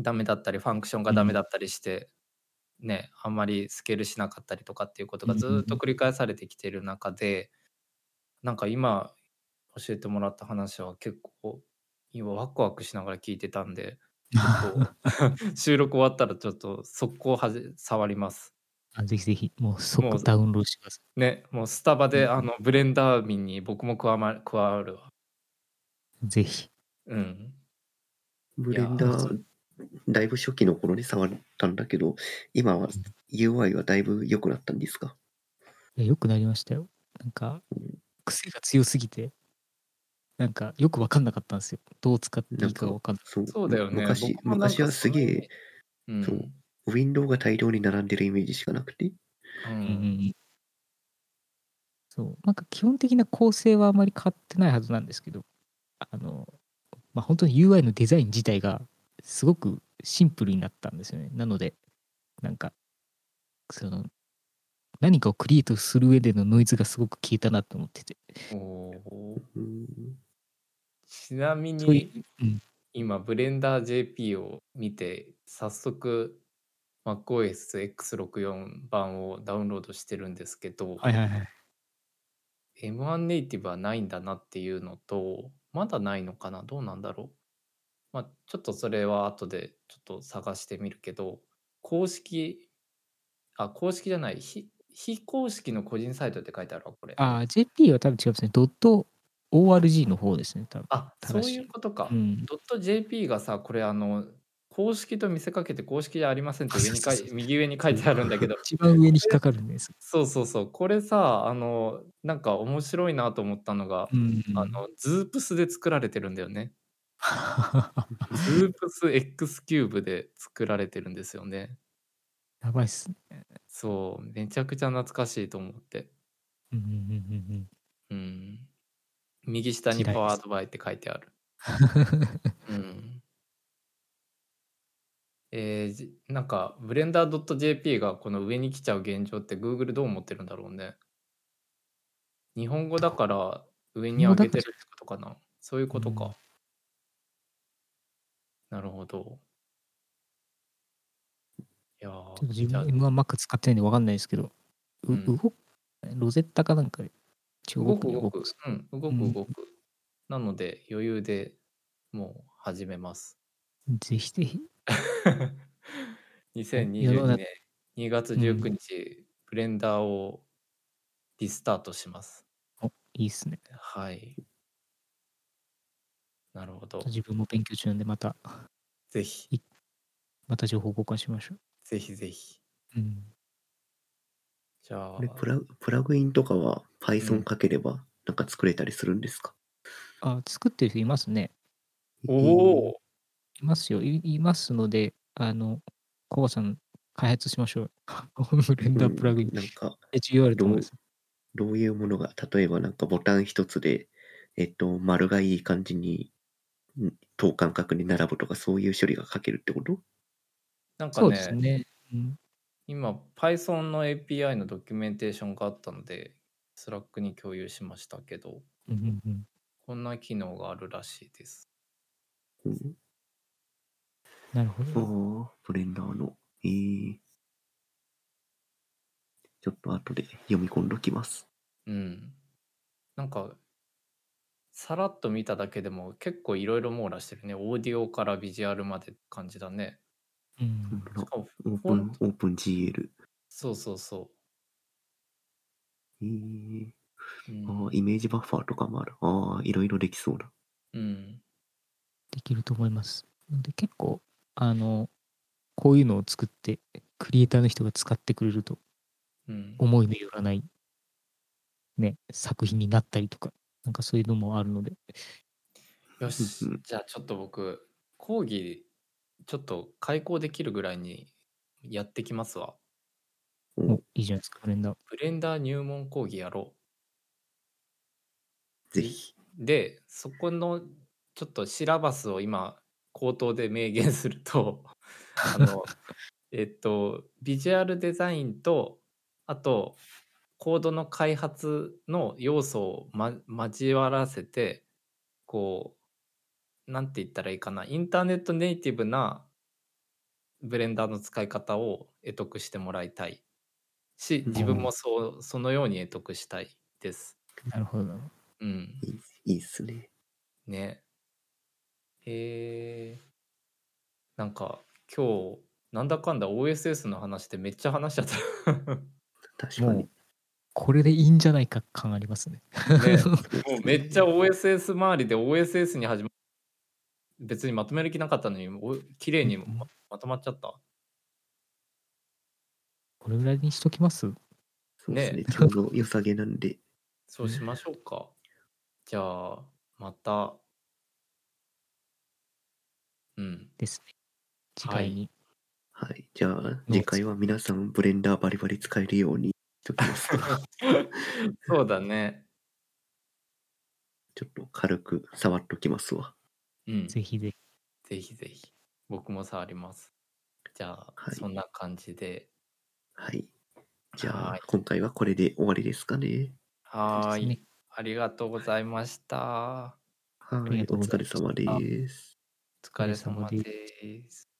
Speaker 2: ダメだったりファンクションがダメだったりして、ねあんまりスケールしなかったりとかっていうことがずーっと繰り返されてきている中でなんか今教えてもらった話は結構今ワクワクしながら聞いてたんでちょっと [LAUGHS] 収録終わったらちょっと速攻はじ触ります。
Speaker 3: あぜひぜひ、もう
Speaker 2: もう
Speaker 3: 即ダウンロードしてくださ
Speaker 2: ね、もうスタバで、
Speaker 3: うん
Speaker 2: あのブレンダー民に僕も加わ,、ま、加わるわ。
Speaker 3: い。ぜひ。
Speaker 2: うん。
Speaker 1: ブレンダー、だいぶ初期の頃に触ったんだけど、今は UI はだいぶ良くなったんですか
Speaker 3: いやよくなりましたよ。なんか、癖が強すぎて、なんかよくわかんなかったんですよ。どう使っていいかがわかんない。
Speaker 1: そう
Speaker 2: そうだよね。
Speaker 1: 昔
Speaker 2: 僕もなんか
Speaker 1: 昔はすげえ、
Speaker 2: そういう。うん。
Speaker 1: そうウィンドウが大量に並んでるイメージしかなくて。
Speaker 2: う
Speaker 3: うん
Speaker 2: ん
Speaker 3: そう。なんか基本的な構成はあまり変わってないはずなんですけど、あの、まあ、本当に UI のデザイン自体がすごくシンプルになったんですよね。なので、なんか、その、何かをクリエイトする上でのノイズがすごく消えたなと思ってて。
Speaker 2: おー
Speaker 1: うん
Speaker 2: ちなみ
Speaker 3: そう
Speaker 2: に
Speaker 3: いう、うん、
Speaker 2: 今、ブレンダー JP を見て、早速 MacOSX64 版をダウンロードしてるんですけど、
Speaker 3: はいはいはい。
Speaker 2: M1 ネイティブはないんだなっていうのと、まだないのかなどうなんだろうまあ、ちょっとそれは後でちょっと探してみるけど、公式、あ、公式じゃない、非非公式の個人サイトって書いてあるわ、これ。
Speaker 3: あー、JP は多分違いますね。ドット .org の方ですね、多分。
Speaker 2: あそう
Speaker 3: 正しい
Speaker 2: いうことか。
Speaker 3: うん、
Speaker 2: ドット JP がさ、これあの、公式と見せかけて公式じゃありませんって
Speaker 3: あ
Speaker 2: 上にかい
Speaker 3: そうそうそう
Speaker 2: 右上に書いてあるんだけど、
Speaker 3: 一番上に引っかかるんです。
Speaker 2: そうそうそう、これさ、あの、なんか面白いなと思ったのが、
Speaker 3: うん、
Speaker 2: あ
Speaker 3: [LAUGHS]
Speaker 2: の、ズープスで作られてるんだよね。ズ
Speaker 3: や
Speaker 2: ープス X キューブで作られてるんですよね。
Speaker 3: ばいっすね。
Speaker 2: そう、めちゃくちゃ懐かしいと思って。
Speaker 3: うんうんうん [LAUGHS] う
Speaker 2: う
Speaker 3: ん
Speaker 2: ん。右下に
Speaker 3: 嫌いです
Speaker 2: パワーアドバイって書いてある。うんえーじなんか Blender.jp がこの上に来ちゃう現状って Google どう思ってるんだろうね日本語だから上に上げてるってことかなそういうことか、
Speaker 3: うん
Speaker 2: なるほどいや
Speaker 3: ちょっと
Speaker 2: ー
Speaker 3: 自
Speaker 2: じゃあ
Speaker 3: 分 M1Mac 使ってないんで分かんないですけど、う
Speaker 2: うん
Speaker 3: 動くロゼッタかなんかで中
Speaker 2: 動
Speaker 3: 国
Speaker 2: く
Speaker 3: で
Speaker 2: 動
Speaker 3: 動
Speaker 2: く
Speaker 3: く。
Speaker 2: うん動
Speaker 3: う
Speaker 2: く
Speaker 3: ん
Speaker 2: 動くなので余裕でもう始めます
Speaker 3: ぜひぜひ。
Speaker 2: [LAUGHS]
Speaker 3: 世の
Speaker 2: 2022
Speaker 3: 中
Speaker 2: 年2月19日、ブレンダーをリスタートします。
Speaker 3: おいいっすね。
Speaker 2: はい。なるほど。
Speaker 3: 自分も勉強中なんで、また、
Speaker 2: ぜひ、
Speaker 3: また情報交換しましょう。
Speaker 2: ぜひぜひ。
Speaker 3: うん、
Speaker 2: じゃあ
Speaker 1: これ、プラプラグインとかは Python かければなんか作れたりするんですか、
Speaker 3: あ作ってる人いますね。
Speaker 2: お
Speaker 1: お
Speaker 2: お
Speaker 3: いますよ。いいますので、あの、コバさん、開発しましょう。 [LAUGHS] ブレンダープラグイン。
Speaker 1: なんか
Speaker 3: え重要あると思います。
Speaker 1: どういうものが例えばなんかボタン一つでえっと丸がいい感じにん等間隔に並ぶとかそういう処理が書けるってこと
Speaker 2: なんか
Speaker 3: そう
Speaker 2: ね
Speaker 3: ですね。うん
Speaker 2: 今、Python の API のドキュメンテーションがあったので、Slack に共有しましたけど、
Speaker 3: うんうんうん
Speaker 2: こんな機能があるらしいです。
Speaker 1: うん
Speaker 3: なるほど。
Speaker 1: ああ、ブレンダーの。ええちょっと後で読み込んどきます。
Speaker 2: うん。なんか、さらっと見ただけでも結構いろいろ網羅してるね。オーディオからビジュアルまでって感じだね。
Speaker 3: うん
Speaker 2: しかも
Speaker 1: オープン、オープン GL。
Speaker 2: そうそうそ
Speaker 1: ええ
Speaker 2: う。うん
Speaker 1: ああ、イメージバッファーとかもある。ああ、いろいろできそうだ。
Speaker 2: うん。
Speaker 3: できると思います。なので結構、あの、こういうのを作って、クリエイターの人が使ってくれると、
Speaker 2: うん。
Speaker 3: 思いのよらない、ね、作品になったりとか、なんかそういうのもあるので、
Speaker 2: よし
Speaker 1: うんうん。
Speaker 2: じゃあちょっと僕、講義、ちょっと開講できるぐらいにやってきますわ。
Speaker 1: お
Speaker 3: おいいじゃないですか、ブレンダー。
Speaker 2: ブレンダー入門講義やろ
Speaker 1: ぜひ。
Speaker 2: う。で、そこのちょっとシラバスを今、口頭で明言すると、あの、えっと、ビジュアルデザインと、あと、コードの開発の要素を、ま、交わらせてこうなんて言ったらいいかなインターネットネイティブなブレンダーの使い方を得得してもらいたいし自分もそうそのように得得したいです。
Speaker 3: なるほどなるほど。
Speaker 2: うん、
Speaker 1: いいっすね。
Speaker 2: ねへえなんか今日なんだかんだ OSS の話でめっちゃ話しちゃった
Speaker 1: 確
Speaker 3: も
Speaker 1: かに
Speaker 3: う。これでいいんじゃないか感ありますね。
Speaker 2: ねもうめっちゃ OSS 周りで OSS に始ま別にまとめる気なかったのにお綺麗にままとまっちゃった
Speaker 3: [LAUGHS] これぐらいにしときます
Speaker 1: そうですね
Speaker 2: ね
Speaker 1: ちょうど良さげなんで。
Speaker 2: そうしましょうかじゃあまたうん
Speaker 3: ですね。次
Speaker 2: はい
Speaker 3: 回に。
Speaker 1: はい。じゃあ、次回は皆さん、ブレンダーバリバリ使えるようにしときますか。
Speaker 2: そうだね
Speaker 1: ちょっと軽く触っときますわ。
Speaker 2: うん
Speaker 3: ぜひぜひ。
Speaker 2: ぜひぜひ。僕も触ります。じゃあ、
Speaker 1: はい
Speaker 2: そんな感じで。
Speaker 1: はい。じゃ
Speaker 2: は
Speaker 1: あ
Speaker 2: い、
Speaker 1: 今回はこれで終わりですかね。
Speaker 2: はー
Speaker 3: そう
Speaker 2: い、
Speaker 3: ですね
Speaker 2: ありがとうございました。
Speaker 1: は
Speaker 3: あり
Speaker 1: い
Speaker 3: が。と
Speaker 1: お
Speaker 3: うご
Speaker 1: 疲
Speaker 3: ざい
Speaker 1: れ
Speaker 3: ました
Speaker 1: 様です。
Speaker 2: お疲れ
Speaker 3: れ
Speaker 2: 様
Speaker 3: 様
Speaker 2: で。
Speaker 3: です